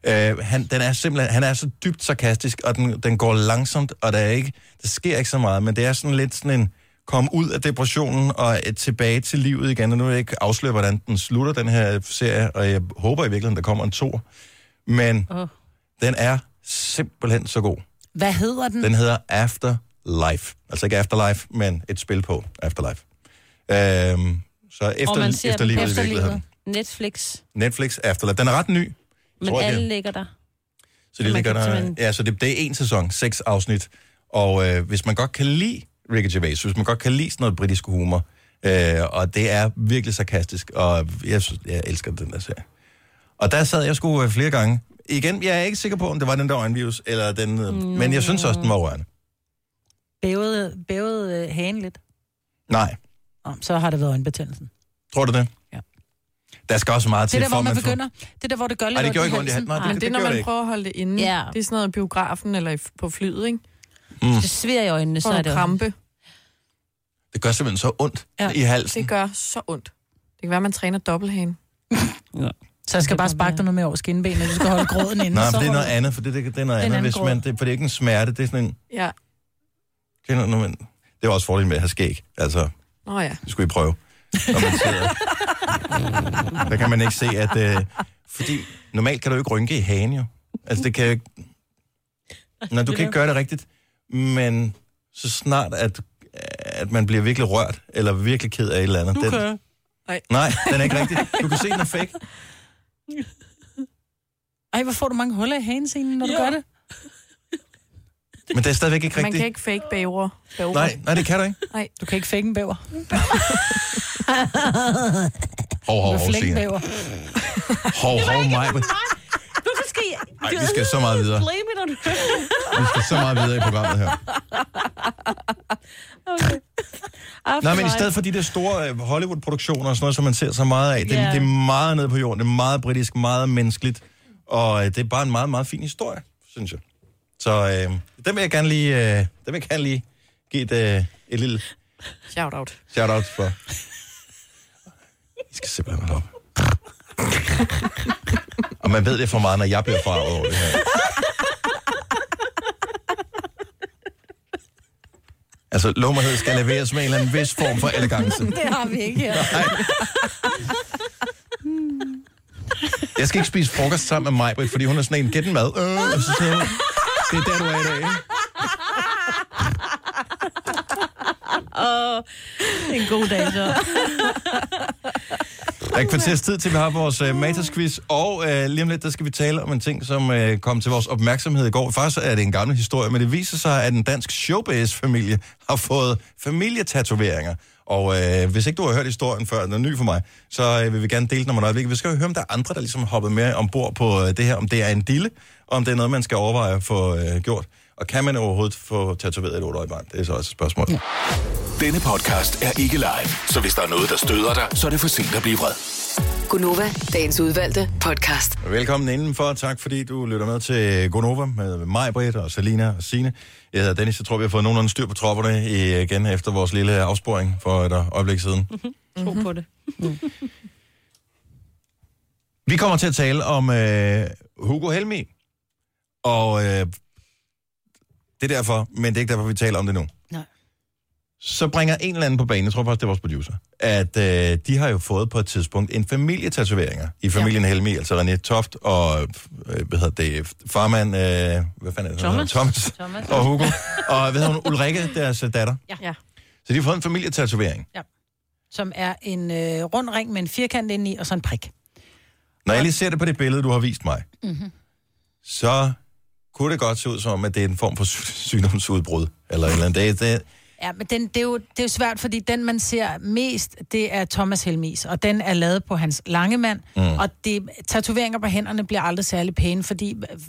Speaker 1: Øh, han, den er simpelthen, han er så dybt sarkastisk, og den, den går langsomt, og der, er ikke, der sker ikke så meget, men det er sådan lidt sådan en kom ud af depressionen og øh, tilbage til livet igen. Og nu vil jeg ikke afsløre, hvordan den slutter, den her serie, og jeg håber i virkeligheden, der kommer en tor. Men
Speaker 2: oh.
Speaker 1: den er simpelthen så god.
Speaker 3: Hvad hedder den?
Speaker 1: Den hedder Afterlife. Altså ikke Afterlife, men et spil på Afterlife. Øhm, så
Speaker 2: Og
Speaker 1: efter,
Speaker 2: man ser
Speaker 1: efter
Speaker 2: dem
Speaker 1: livet i
Speaker 2: efter
Speaker 1: virkeligheden.
Speaker 2: livet. Netflix.
Speaker 1: Netflix Afterlife. Den er ret ny,
Speaker 2: Men
Speaker 1: tror jeg.
Speaker 2: alle
Speaker 1: det er.
Speaker 2: ligger der.
Speaker 1: Så det,
Speaker 2: man
Speaker 1: ligger
Speaker 2: kan
Speaker 1: der,
Speaker 2: simpelthen-
Speaker 1: ja, så det, det er en sæson, seks afsnit. Og øh, hvis man godt kan lide Ricky Gervais, hvis man godt kan lide sådan noget britisk humor, øh, og det er virkelig sarkastisk, og jeg, synes- jeg elsker den der serie. Og der sad jeg sgu øh, flere gange. Igen, jeg er ikke sikker på, om det var den der øjenvirus, eller den, øh, men jeg synes også, den var rørende.
Speaker 3: Bævede, bævede øh, hagen lidt.
Speaker 1: Nej,
Speaker 3: Om, så har det været øjenbetændelsen.
Speaker 1: tror du det?
Speaker 3: Ja.
Speaker 1: Der skal også meget
Speaker 3: Det
Speaker 1: til,
Speaker 3: er der,
Speaker 1: for
Speaker 3: hvor man
Speaker 1: får-
Speaker 3: begynder. Det er der, hvor det gør lidt
Speaker 1: Ej, det
Speaker 3: ondt
Speaker 1: gjorde
Speaker 3: i
Speaker 1: ikke ondt i
Speaker 3: halsen.
Speaker 1: handen. Nej,
Speaker 4: Men det,
Speaker 1: det
Speaker 4: er, når
Speaker 1: gør
Speaker 4: man
Speaker 1: det ikke.
Speaker 4: prøver at holde det inde.
Speaker 2: Ja.
Speaker 4: Det er sådan noget i biografen eller i, på flyet, ikke?
Speaker 2: Hvis det sviger i øjnene, så
Speaker 4: Får
Speaker 2: er
Speaker 4: du
Speaker 2: det
Speaker 4: krampe.
Speaker 1: Mm. Det gør simpelthen så ondt ja. i halsen.
Speaker 4: Det gør så ondt. Det kan være, man træner dobbelthagen.
Speaker 3: Så jeg skal bare sparke dig noget med over skinbenet. Du skal *laughs* holde gråden inde.
Speaker 1: Nej,
Speaker 3: så
Speaker 1: men det er
Speaker 3: holder
Speaker 1: noget andet, for det, det, det er noget
Speaker 3: Den
Speaker 1: andet,
Speaker 3: anden
Speaker 1: hvis
Speaker 3: grå.
Speaker 1: man, det, for det er ikke en smerte, det er sådan en,
Speaker 4: Ja.
Speaker 1: det er, noget, når man, det er også fordelen med at have skæg, altså,
Speaker 4: Nå ja.
Speaker 1: det skulle I prøve, når
Speaker 3: *laughs*
Speaker 1: man sidder. Der kan man ikke se, at, øh, fordi normalt kan du jo ikke rynke i hagen jo, altså det kan jo ikke, Nå, du kan ikke gøre det rigtigt, men så snart, at, at man bliver virkelig rørt, eller virkelig ked af et eller andet. den-
Speaker 4: Nej.
Speaker 1: Nej, den er ikke rigtig. Du kan se, den er fake.
Speaker 3: Ej, hvor får du mange huller i hanescenen, når du gør det?
Speaker 1: Men det er stadigvæk ikke
Speaker 4: Man
Speaker 1: rigtigt.
Speaker 4: kan ikke fake bæver. bæver.
Speaker 1: Nej, nej, det kan du ikke.
Speaker 4: Nej.
Speaker 3: Du kan ikke fake en bæver.
Speaker 1: Hov, hov, hov,
Speaker 3: Du kan flække en
Speaker 1: Signe.
Speaker 3: bæver.
Speaker 1: Hov, hov, mig.
Speaker 2: Du så skal
Speaker 1: Ej, vi skal så meget videre.
Speaker 2: Blame it on
Speaker 3: *laughs*
Speaker 2: her.
Speaker 1: Vi skal så meget videre i programmet her.
Speaker 2: Okay. After
Speaker 1: Nej, men i
Speaker 2: five.
Speaker 1: stedet for de der store øh, Hollywood-produktioner og sådan noget, som man ser så meget af, det,
Speaker 2: Ja.
Speaker 1: det er meget nede på jorden, det er meget britisk, meget menneskeligt, og øh, det er bare en meget, meget fin historie, synes jeg. Så øh, den vil jeg gerne lige, øh, den vil jeg gerne lige give et, øh, et lille
Speaker 4: Shout-out.
Speaker 1: shout-out for. I skal simpelthen holde op. og man ved det for meget, når jeg bliver farvet over det her. Altså, lummerhed skal leveres med en eller anden vis form for elegance.
Speaker 2: Det har vi ikke her.
Speaker 1: Jeg skal ikke spise frokost sammen med mig, Britt, fordi hun er sådan en, get en mad. Øh, og så siger hun, det er der, du er i dag. ikke?
Speaker 2: Åh, det er en god dag så.
Speaker 3: Mhm.
Speaker 1: Der er et kvarters tid til, vi har vores uh, Matas-quiz, og uh, lige om lidt, der skal vi tale om en ting, som uh, kom til vores opmærksomhed i går. Faktisk er det en gammel historie, men det viser sig, at en dansk showbiz-familie har fået familietatoveringer. Og uh, hvis ikke du har hørt historien før, den er ny for mig, så uh, vil vi gerne dele den om et øjeblik. Vi skal jo høre, om der er andre, der ligesom har hoppet med ombord på uh, det her, om det er en dille, og om det er noget, man skal overveje at få uh, gjort. Og kan man overhovedet få tatoveret et 8 barn? Det er så også et spørgsmål. Ja.
Speaker 7: Denne podcast er ikke live, så hvis der er noget, der støder dig, så er det for sent at blive vred.
Speaker 6: Gunova, dagens udvalgte podcast.
Speaker 1: Velkommen indenfor. Tak fordi du lytter med til Gonova med mig, Britt og Selina og Sine. Jeg hedder Dennis. Jeg tror, vi har fået nogenlunde styr på tropperne igen efter vores lille afsporing for et øjeblik siden.
Speaker 2: Tro på det.
Speaker 1: Vi kommer til at tale om øh, Hugo Helmi. Og øh, det er derfor, men det er ikke derfor, vi taler om det nu.
Speaker 2: Nej.
Speaker 1: Så bringer en eller anden på banen, jeg tror faktisk, det er vores producer, at øh, de har jo fået på et tidspunkt en familietatoveringer i familien ja. Helmi, altså René Toft og, øh, hvad hedder det, farmand, øh, hvad fanden er det?
Speaker 13: Thomas.
Speaker 1: Thomas.
Speaker 13: Thomas.
Speaker 1: Og Hugo. og hvad hedder hun? Ulrikke, deres øh, datter.
Speaker 3: Ja. ja.
Speaker 1: Så de har fået en familietatovering.
Speaker 3: Som er en øh, rund ring med en firkant indeni, og så en prik.
Speaker 1: Når jeg lige ser det på det billede, du har vist mig,
Speaker 3: Mm-hmm.
Speaker 1: så kunne det godt se ud som, om, at det er en form for sy- sygdomsudbrud. Eller et eller andet. Det, er- det,
Speaker 3: Ja, men den, det, er jo, det er jo svært, fordi den, man ser mest, det er Thomas Helmis, og den er lavet på hans lange mand,
Speaker 1: Mm.
Speaker 3: mm. og det, tatoveringer på hænderne bliver aldrig særlig pæne, fordi øh,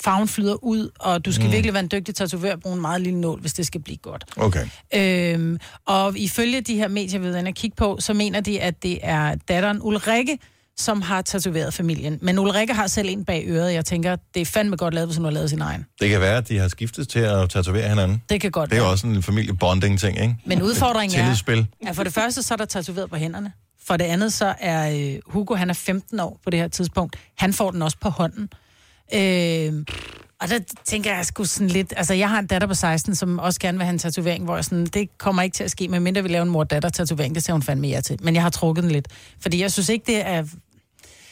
Speaker 3: farven flyder ud, og du skal
Speaker 1: Mm.
Speaker 3: mm. virkelig være en dygtig tatovør og bruge en meget lille nål, hvis det skal blive godt.
Speaker 1: okay.
Speaker 3: Øhm, og ifølge de her medier, vi har kigge på, så mener de, at det er datteren Ulrikke, som har tatoveret familien. Men Ulrikke har selv en bag øret, og jeg tænker, det er fandme godt lavet, hvis hun har lavet sin egen.
Speaker 1: det kan være, at de har skiftet til at tatovere hinanden.
Speaker 3: Det kan godt
Speaker 1: Det er
Speaker 3: være.
Speaker 1: jo også en familiebonding-ting, ikke?
Speaker 3: Men udfordringen er,
Speaker 1: Tillidsspil.
Speaker 3: Ja, for det første, så er der tatoveret på hænderne. For det andet, så er øh, Hugo, han er 15 år på det her tidspunkt. Han får den også på hånden. Øh, og der tænker jeg sgu sådan lidt... Altså, jeg har en datter på 16, som også gerne vil have en tatovering, hvor jeg sådan, det kommer ikke til at ske, medmindre vi laver en mor-datter-tatovering. Det ser hun fandme ja til. Men jeg har trukket den lidt. Fordi jeg synes ikke, det er...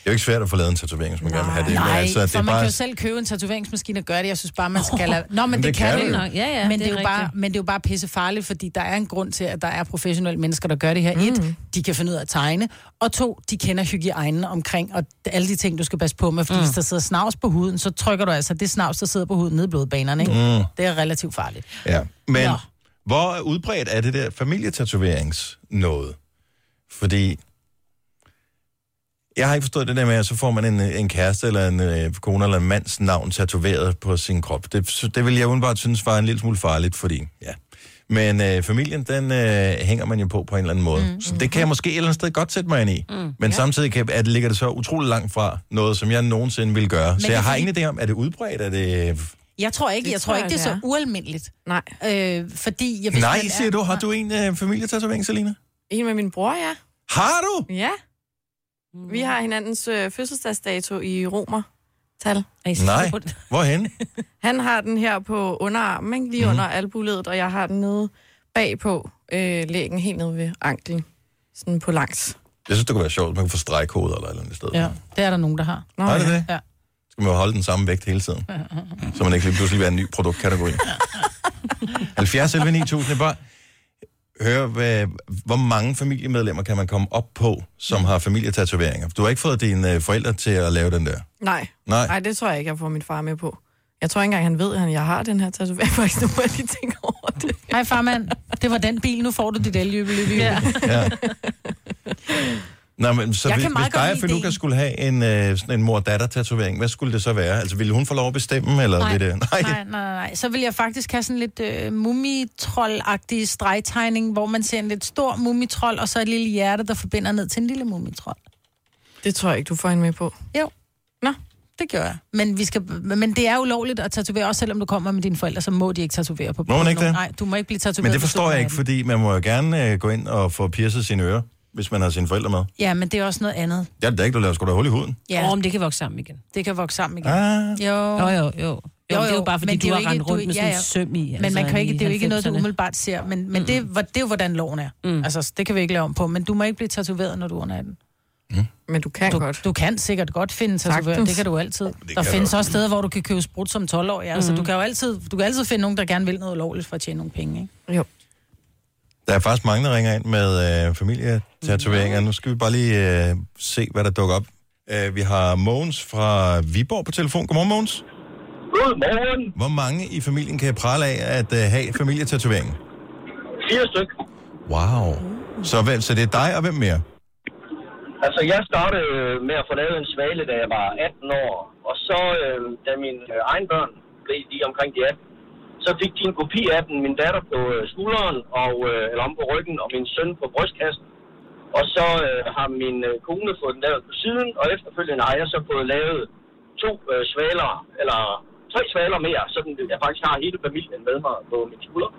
Speaker 1: Det er jo ikke svært at få lavet en tatovering, hvis man gerne vil have det. Men
Speaker 3: Nej,
Speaker 1: altså, det
Speaker 3: for
Speaker 1: er
Speaker 3: man
Speaker 1: bare...
Speaker 3: kan jo selv købe en tatoveringsmaskine og gøre det. Jeg synes bare, man skal lade... Nå, men,
Speaker 1: Men
Speaker 3: det,
Speaker 1: det
Speaker 3: kan,
Speaker 1: kan
Speaker 3: du
Speaker 1: du
Speaker 3: jo.
Speaker 1: jo.
Speaker 2: Ja, ja, det
Speaker 3: men, det
Speaker 2: er
Speaker 3: er jo bare,
Speaker 2: rigtigt.
Speaker 3: men det er jo bare pisse farligt, fordi der er en grund til, at der er professionelle mennesker, der gør det her. Mm. Et, de kan finde ud af at tegne. Og to, de kender hygiejnen omkring, og alle de ting, du skal passe på med. Fordi
Speaker 2: Mm.
Speaker 3: mm. hvis der sidder snavs på huden, så trykker du altså det snavs, der sidder på huden nede i blodbanerne. Ikke?
Speaker 1: Mm.
Speaker 3: Mm. Det er relativt farligt.
Speaker 1: Ja. Men
Speaker 3: Nå.
Speaker 1: hvor udbredt er det der familietatoveringsnåde? Fordi jeg har ikke forstået det der med, at så får man en, øh, en kæreste eller en øh, kone eller en mands navn tatoveret på sin krop. Det, sy- det vil jeg udenbart synes var en lille smule farligt, fordi ja. Men øh, familien, den øh, hænger man jo på på en eller anden måde. Mm, så det kan jeg måske et eller andet sted godt sætte mig ind i. Mm, men ja. samtidig kan, at ligger det så utrolig langt fra noget, som jeg nogensinde ville gøre. Men så
Speaker 3: det er
Speaker 1: jeg har
Speaker 3: fordi-
Speaker 1: ingen idé om, er det udbredt? Er det... øh,
Speaker 3: Jeg tror ikke,
Speaker 4: Det
Speaker 3: det jeg tror,
Speaker 4: tror
Speaker 3: ikke, det er
Speaker 4: jeg,
Speaker 3: så
Speaker 4: det
Speaker 3: ualmindeligt.
Speaker 4: Nej.
Speaker 3: Øh, fordi... Jeg, hvis
Speaker 1: Nej,
Speaker 3: man
Speaker 1: siger
Speaker 3: er-
Speaker 1: du. Har du en øh, familietatovering, Selina?
Speaker 4: En med min bror, ja.
Speaker 1: Har
Speaker 3: *laughs*
Speaker 1: du?
Speaker 4: Ja. Vi har hinandens øh, fødselsdagsdato i romer. Tal.
Speaker 1: Nej. Hvorhen?
Speaker 4: Han har den her på underarmen, ikke? lige mm. under albuledet, og jeg har den nede bagpå øh, lægen, helt nede ved anklen. Sådan på langs.
Speaker 1: Jeg synes, det kunne være sjovt, at man kunne få stregkoder eller et eller andet sted.
Speaker 3: Ja, det er der nogen, der har.
Speaker 1: Nå, er det
Speaker 3: ja.
Speaker 1: det?
Speaker 3: Ja.
Speaker 1: Så kan man jo holde den samme vægt hele tiden. Så man ikke lige pludselig vil være en ny
Speaker 3: *laughs*
Speaker 1: produktkategori. 70 11 9000 er bare... Hør, hvad, hvor mange familiemedlemmer kan man komme op på,
Speaker 3: Mm.
Speaker 1: som har familietatoveringer? Du har ikke fået dine øh, forældre til at lave den der.
Speaker 4: Nej.
Speaker 1: Nej.
Speaker 4: Nej, det tror jeg ikke, jeg får min far med på. Jeg tror ikke engang, han ved, at jeg har den her tatovering. *laughs* Faktisk, nu må jeg lige tænke over det.
Speaker 3: Hej farmand, det var den bil, nu får du dit elløbeløb. Ja.
Speaker 1: Ja. Nå, men så
Speaker 3: Jeg
Speaker 1: hvis,
Speaker 3: kan meget
Speaker 1: hvis
Speaker 3: godt
Speaker 1: dig og
Speaker 3: lide
Speaker 1: Fenuka
Speaker 3: ideen.
Speaker 1: skulle have en, øh, sådan en mor-datter-tatovering, hvad skulle det så være? Altså, ville hun få lov at bestemme, eller
Speaker 3: nej.
Speaker 1: vil det...
Speaker 3: Nej. nej, nej, nej. Så vil jeg faktisk have sådan lidt øh, mumitrol-agtig stregtegning, hvor man ser en lidt stor mumitrol, og så et lille hjerte, der forbinder ned til en lille mumitrol.
Speaker 4: Det tror jeg ikke, du får en med på.
Speaker 3: Jo. Nå, det gør jeg. Men, vi skal, men det er ulovligt at tatovere, også selvom du kommer med dine forældre, så må de ikke tatovere på
Speaker 1: Må man ikke det?
Speaker 3: Nej, du må ikke blive tatoveret.
Speaker 1: Men
Speaker 3: på
Speaker 1: det forstår jeg
Speaker 3: toppen af
Speaker 1: ikke,
Speaker 3: den.
Speaker 1: fordi man må jo gerne øh, gå ind og få piercet sine ører, hvis man har sine forældre med.
Speaker 3: Ja, men det er også noget andet.
Speaker 1: Det er det da ikke, du laver sgu da hul i huden.
Speaker 3: Ja.
Speaker 2: Åh, men det kan vokse sammen igen.
Speaker 3: Det kan vokse sammen igen.
Speaker 1: Ah.
Speaker 3: Jo.
Speaker 2: Jo, jo, jo. Jo, det er jo bare, fordi
Speaker 3: men
Speaker 2: du
Speaker 3: det er jo
Speaker 2: har
Speaker 3: ikke-
Speaker 2: rendt rundt med sådan en søm i,
Speaker 3: Men
Speaker 2: altså,
Speaker 3: man kan jo
Speaker 2: i
Speaker 3: ikke, det er jo ikke noget, du
Speaker 2: 90'erne.
Speaker 3: umiddelbart ser, men, men det, er- hvor- det er jo, hvordan loven er. Mm. Altså, det kan vi ikke lave om på, men du må ikke blive tatoveret, når du er under 18.
Speaker 4: Men du kan
Speaker 3: du,
Speaker 4: godt.
Speaker 3: Du kan sikkert godt finde tatoveret,
Speaker 4: Sagtens.
Speaker 3: det kan du altid.
Speaker 4: det
Speaker 3: der
Speaker 4: kan
Speaker 3: findes
Speaker 4: du.
Speaker 3: også steder, hvor du kan købe sprut som 12-årig, altså
Speaker 2: Mm.
Speaker 4: Mhm.
Speaker 3: du kan jo altid, du kan altid finde nogen, der gerne vil noget ulovligt for at tjene nogle penge, ikke?
Speaker 4: Jo.
Speaker 1: Der er faktisk mange, der ringer ind med øh, familietatoveringer. Nu skal vi bare lige øh, se, hvad der dukker op. Øh, vi har Mogens fra Viborg på telefon. Godmorgen, Mogens.
Speaker 12: Godmorgen.
Speaker 1: Hvor mange i familien kan jeg prale af at øh, have familietatovering?
Speaker 12: Fire styk.
Speaker 1: Wow. Så, hvem, så det er dig og hvem mere?
Speaker 12: Altså, jeg startede øh, med at få lavet en svale, da jeg var 18 år. Og så, øh, da mine øh, egne børn blev lige omkring de 18, så fik de en kopi af den, min datter på øh, skulderen, og, øh, eller om på ryggen, og min søn på brystkassen. Og så øh, har min øh, kone fået den lavet på siden, og efterfølgende har jeg så fået lavet to øh, svaler, eller tre svaler mere, sådan at jeg faktisk har hele familien med mig på min skulder.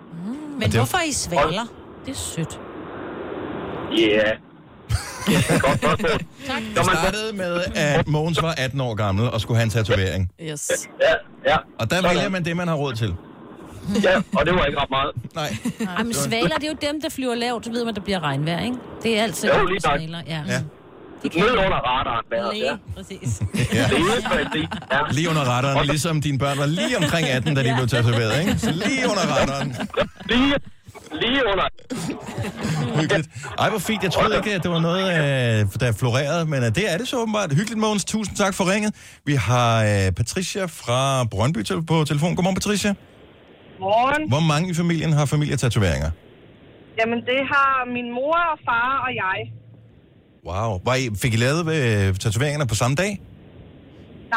Speaker 3: Men det... hvorfor er I svaler? Det er sødt.
Speaker 12: Ja.
Speaker 3: Tak.
Speaker 1: Det startede med, at Mogens var 18 år gammel og skulle have en tatovering.
Speaker 4: Yes.
Speaker 12: Ja, ja.
Speaker 1: Og der vælger man det, man har råd til.
Speaker 12: Ja, og det var ikke ret meget.
Speaker 1: Nej.
Speaker 2: Ej, men svaler, det er jo dem, der flyver lavt. Så ved man, der bliver regnvejr, ikke? Det er altid
Speaker 12: Jo,
Speaker 2: godt
Speaker 12: lige
Speaker 2: med
Speaker 12: nok.
Speaker 2: svaler. Ja.
Speaker 1: Ja.
Speaker 12: Ned under radaren, hvad
Speaker 2: Lige, præcis.
Speaker 1: Ja.
Speaker 12: Ja.
Speaker 1: Lige under radaren, ligesom dine børn var lige omkring 18, da de blev tatoveret, ikke? Så lige under radaren.
Speaker 12: Lige, lige under.
Speaker 1: Hyggeligt. Ej, hvor fint. Jeg troede ikke, at det var noget, øh, der florerede, men øh, det er det så åbenbart. Hyggeligt, Mogens. Tusind tak for ringet. Vi har øh, Patricia fra Brøndby tel- på telefon. Godmorgen, Patricia.
Speaker 10: Morgen.
Speaker 1: Hvor mange i familien har familietatoveringer?
Speaker 10: Jamen, det har min mor og far og jeg.
Speaker 1: Wow. Var I, fik I lavet øh, tatoveringerne på samme dag?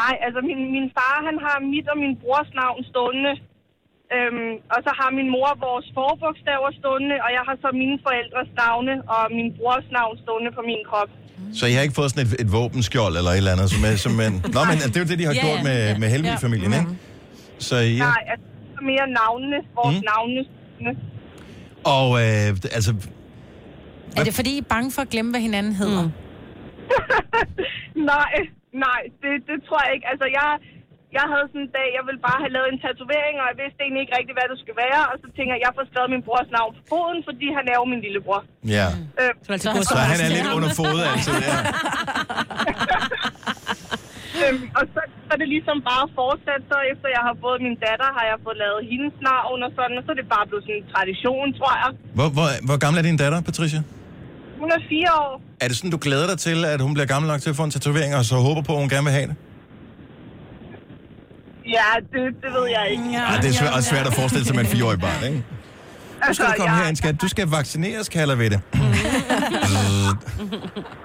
Speaker 10: Nej, altså min, min far, han har mit og min brors navn stående. Øhm, og så har min mor vores forbogstaver stående, og jeg har så mine forældres navne og min brors navn stående på min krop.
Speaker 1: Så I har ikke fået sådan et, et våbenskjold eller et eller andet? Som, er- som
Speaker 10: *laughs*
Speaker 1: en... Nå, men det er jo det, de har
Speaker 10: Ja,
Speaker 1: gjort
Speaker 10: ja,
Speaker 1: med,
Speaker 10: ja.
Speaker 1: med Helmi-familien, ikke? Så I,
Speaker 10: Ja. Nej, altså mere navnene, vores mm. navnene. stående.
Speaker 1: Og øh, altså,
Speaker 3: Er det fordi, I er bange for at glemme, hvad hinanden hedder? Mm.
Speaker 10: Nej, nej, det, det tror jeg ikke. Altså, jeg, jeg havde sådan en dag, jeg ville bare have lavet en tatovering, og jeg vidste egentlig ikke rigtigt, hvad det skulle være. Og så tænker jeg, jeg får skrevet min brors navn på foden, fordi han er jo min lillebror.
Speaker 1: ja.
Speaker 10: Øh,
Speaker 1: Så, så han er lidt under fodet, altså. Ja.
Speaker 10: *laughs* Øhm, og så er det ligesom bare fortsat, så efter jeg har fået min datter, har jeg fået lavet hendes navn og sådan, og så er det bare blevet sådan en tradition, tror jeg.
Speaker 1: Hvor, hvor, hvor gammel er din datter, Patricia?
Speaker 10: Hun er fire år.
Speaker 1: Er det sådan, du glæder dig til, at hun bliver gammel nok til at få en tatovering, og så håber på, at hun gerne vil have det?
Speaker 10: Ja, det, det ved jeg ikke.
Speaker 1: Ja, det er svæ- også svært at forestille sig med et fireårig barn, ikke? Nu
Speaker 10: Altså,
Speaker 1: skal du komme herind, skat. Du skal vaccineres, kalder vi det.
Speaker 10: Mm.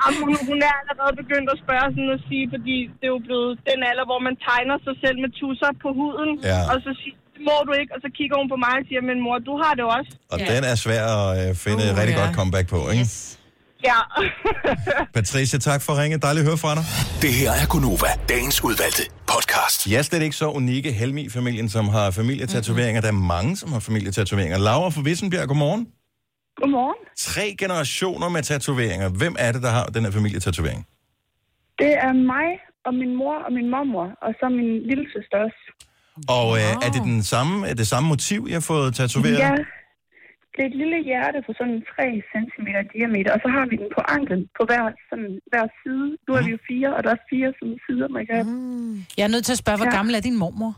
Speaker 10: Jamen, hun, hun er allerede begyndt at spørge sådan at sige, fordi det er jo blevet den alder, hvor man tegner sig selv med tusser på huden,
Speaker 1: Ja.
Speaker 10: *laughs* og så siger "Det må du ikke, og så kigger hun på mig og siger, men mor, du har det også.
Speaker 1: Og den er svær at øh, finde et rigtig godt comeback på, ikke?
Speaker 10: Uh, Ja.
Speaker 1: *laughs* Patricia, tak for at ringe. Dejligt at høre fra dig.
Speaker 7: Det her er Gunova, dagens udvalgte podcast.
Speaker 1: Jeg er slet ikke så unikke Helmi-familien, som har familietatoveringer.
Speaker 13: Mhm.
Speaker 1: Der er mange, som har familietatoveringer. Laura fra Vissenbjerg, godmorgen.
Speaker 13: Godmorgen.
Speaker 1: Tre generationer med tatoveringer. Hvem er det, der har den her familietatovering?
Speaker 13: Det er mig og min mor og min mormor, og så min lille søster også.
Speaker 1: Og øh, er det den samme, er det samme motiv, jeg har fået tatoveret?
Speaker 13: Ja, det er et lille hjerte på sådan 3 cm diameter, og så har vi den på anklen på hver, sådan, hver side. Nu er vi
Speaker 10: Mhm.
Speaker 13: jo fire, og der er fire sådan, sider, man kan mm.
Speaker 3: Jeg er nødt til at spørge, hvor ja. gammel er din mormor?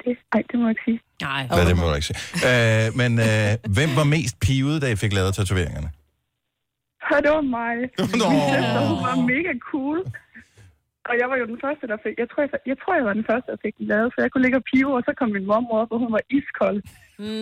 Speaker 13: det, Ej, det må jeg ikke sige.
Speaker 2: Nej.
Speaker 1: Hvad det må du ikke sige. Øh, men øh, hvem var mest pivet, da I fik lavet
Speaker 13: *laughs*
Speaker 1: tatoveringerne?
Speaker 13: Hør, det var mig.
Speaker 1: Nå.
Speaker 13: Min søster, hun var mega cool. Og jeg var jo den første, der fik... Jeg tror jeg, jeg, tror, jeg var den første, der fik den lavet, for jeg kunne ligge og pive, og så kom min mormor op, og hun var iskold.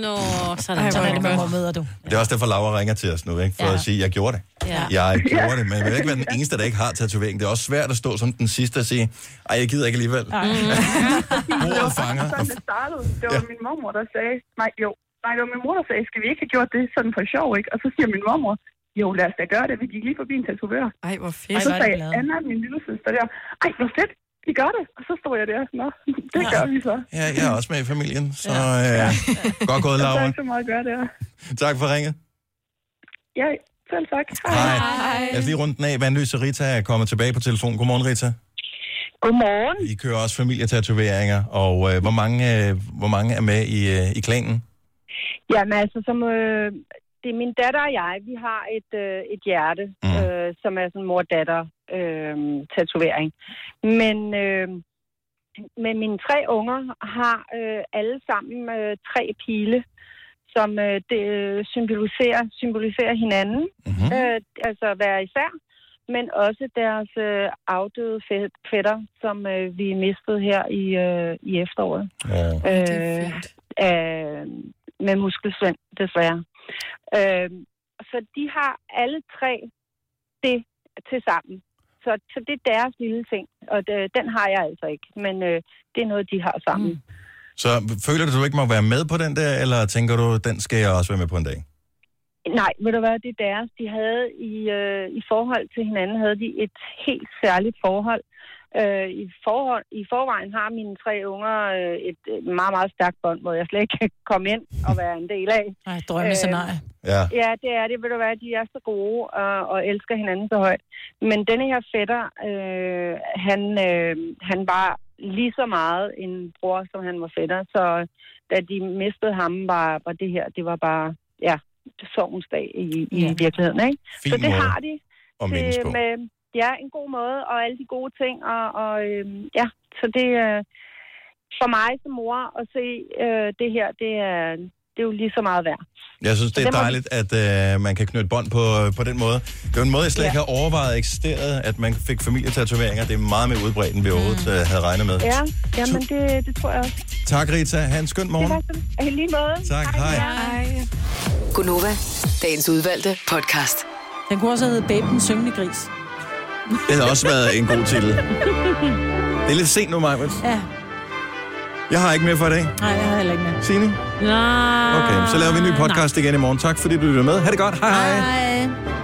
Speaker 2: Nå, så
Speaker 3: er der rigtig mange møder, du.
Speaker 1: Det er også derfor, Laura ringer til os nu, ikke? For ja. at sige, jeg gjorde det.
Speaker 3: Ja.
Speaker 13: *laughs*
Speaker 1: Jeg gjorde det, men jeg vil ikke være den eneste, der ikke har tatovering. Det er også svært at stå som den sidste og sige, ej, jeg gider ikke alligevel. *laughs* Ordet fanger.
Speaker 13: *laughs* Sådan det startede. Det var min mormor, der sagde... Nej, jo. Nej, det var min mor, der sagde, skal vi ikke have gjort det sådan for sjov, ikke? Og så siger min mormor, jo, lad os da gøre det. Vi gik lige forbi en tatovør.
Speaker 4: Ej, hvor fedt.
Speaker 13: Og så
Speaker 4: Ej, hvor er
Speaker 13: sagde
Speaker 4: det glad.
Speaker 13: Anna, min lille søster der, ej, hvor fedt, vi gør det. Og så stod jeg der, nå, *laughs* det gør vi så.
Speaker 1: Ja, jeg er også med i familien, så ja. Øh, godt gået, Laura.
Speaker 13: Tak så meget at gøre det her.
Speaker 1: Tak for ringet.
Speaker 13: Ja, selv tak.
Speaker 1: Hej. Lad os lige runde den af. Vandløse Rita er kommet tilbage på telefon. Godmorgen, Rita.
Speaker 14: Godmorgen.
Speaker 1: I kører også familietatoveringer, og øh, hvor, mange, øh, hvor mange er med i, øh, i klanen?
Speaker 14: Jamen altså, som, øh, det er min datter og jeg, vi har et, øh, et hjerte, mm. øh, som er sådan mor-datter-tatovering. men, øh, men mine tre unger har øh, alle sammen øh, tre pile, som øh, det, øh, symboliserer, symboliserer hinanden, mm-hmm. øh, altså hver især, men også deres øh, afdøde fæ- fætter, som øh, vi mistede her i, øh, i efteråret.
Speaker 1: Ja.
Speaker 14: Øh, øh, med muskelsvind, desværre. Øh, så de har alle tre det til sammen. Så, så det er deres lille ting, og det, den har jeg altså ikke, men øh, det er noget, de har sammen. Mm.
Speaker 1: Så føler du, du ikke må være med på den der, eller tænker du, den skal jeg også være med på en dag?
Speaker 14: Nej, ved du hvad, det er deres. De havde i, øh, i forhold til hinanden, havde de et helt særligt forhold. Øh, i, forhold, I forvejen har mine tre unger øh, et øh, meget, meget stærkt bånd, hvor jeg slet ikke *laughs* kan komme ind og være en del af.
Speaker 3: Nej, drømmescenarie.
Speaker 1: Ja.
Speaker 14: ja, det er det. Ved du hvad, de er så gode øh, og elsker hinanden så højt. Men denne her fætter, øh, han, øh, han var lige så meget en bror, som han var fætter. Så da de mistede ham, var, var det her, det var bare, ja, sovens dag i, i
Speaker 15: Ja.
Speaker 14: virkeligheden. Ikke?
Speaker 15: Fin
Speaker 14: så det
Speaker 15: måde
Speaker 14: har de.
Speaker 15: at
Speaker 14: til-
Speaker 15: mindes på.
Speaker 14: Med, ja, en god måde, og alle de gode ting. Og, og øh, ja, så det, øh, for mig som mor at se øh, det her, det er, det er jo lige så meget værd.
Speaker 1: Jeg synes, det er
Speaker 14: den må-
Speaker 1: dejligt, at øh, man kan knytte bånd på, på den måde. Det er jo en måde, jeg slet ikke har overvejet eksisterede, at man fik familietatoveringer. Det er meget mere udbredt, end vi overhovedet øh, havde regnet med.
Speaker 14: Mm. Ja, jamen det, det tror jeg også.
Speaker 1: Tak, Rita. Ha' en skøn morgen.
Speaker 14: I lige måde.
Speaker 1: Tak, hej.
Speaker 14: hej.
Speaker 6: Gunova, dagens udvalgte podcast.
Speaker 3: Den kunne også hedde Babe den syngende gris.
Speaker 1: Det havde også været en god
Speaker 14: *laughs*
Speaker 1: titel. Det er lidt sent nu, Marvitt.
Speaker 3: ja,
Speaker 1: Jeg har ikke mere for i dag.
Speaker 3: nej, jeg har heller ikke med.
Speaker 1: Signe?
Speaker 2: Nej.
Speaker 1: Okay, så laver vi en ny podcast igen i morgen. Tak fordi du lyttede med. Ha' det godt. Hej hej.
Speaker 3: Hej.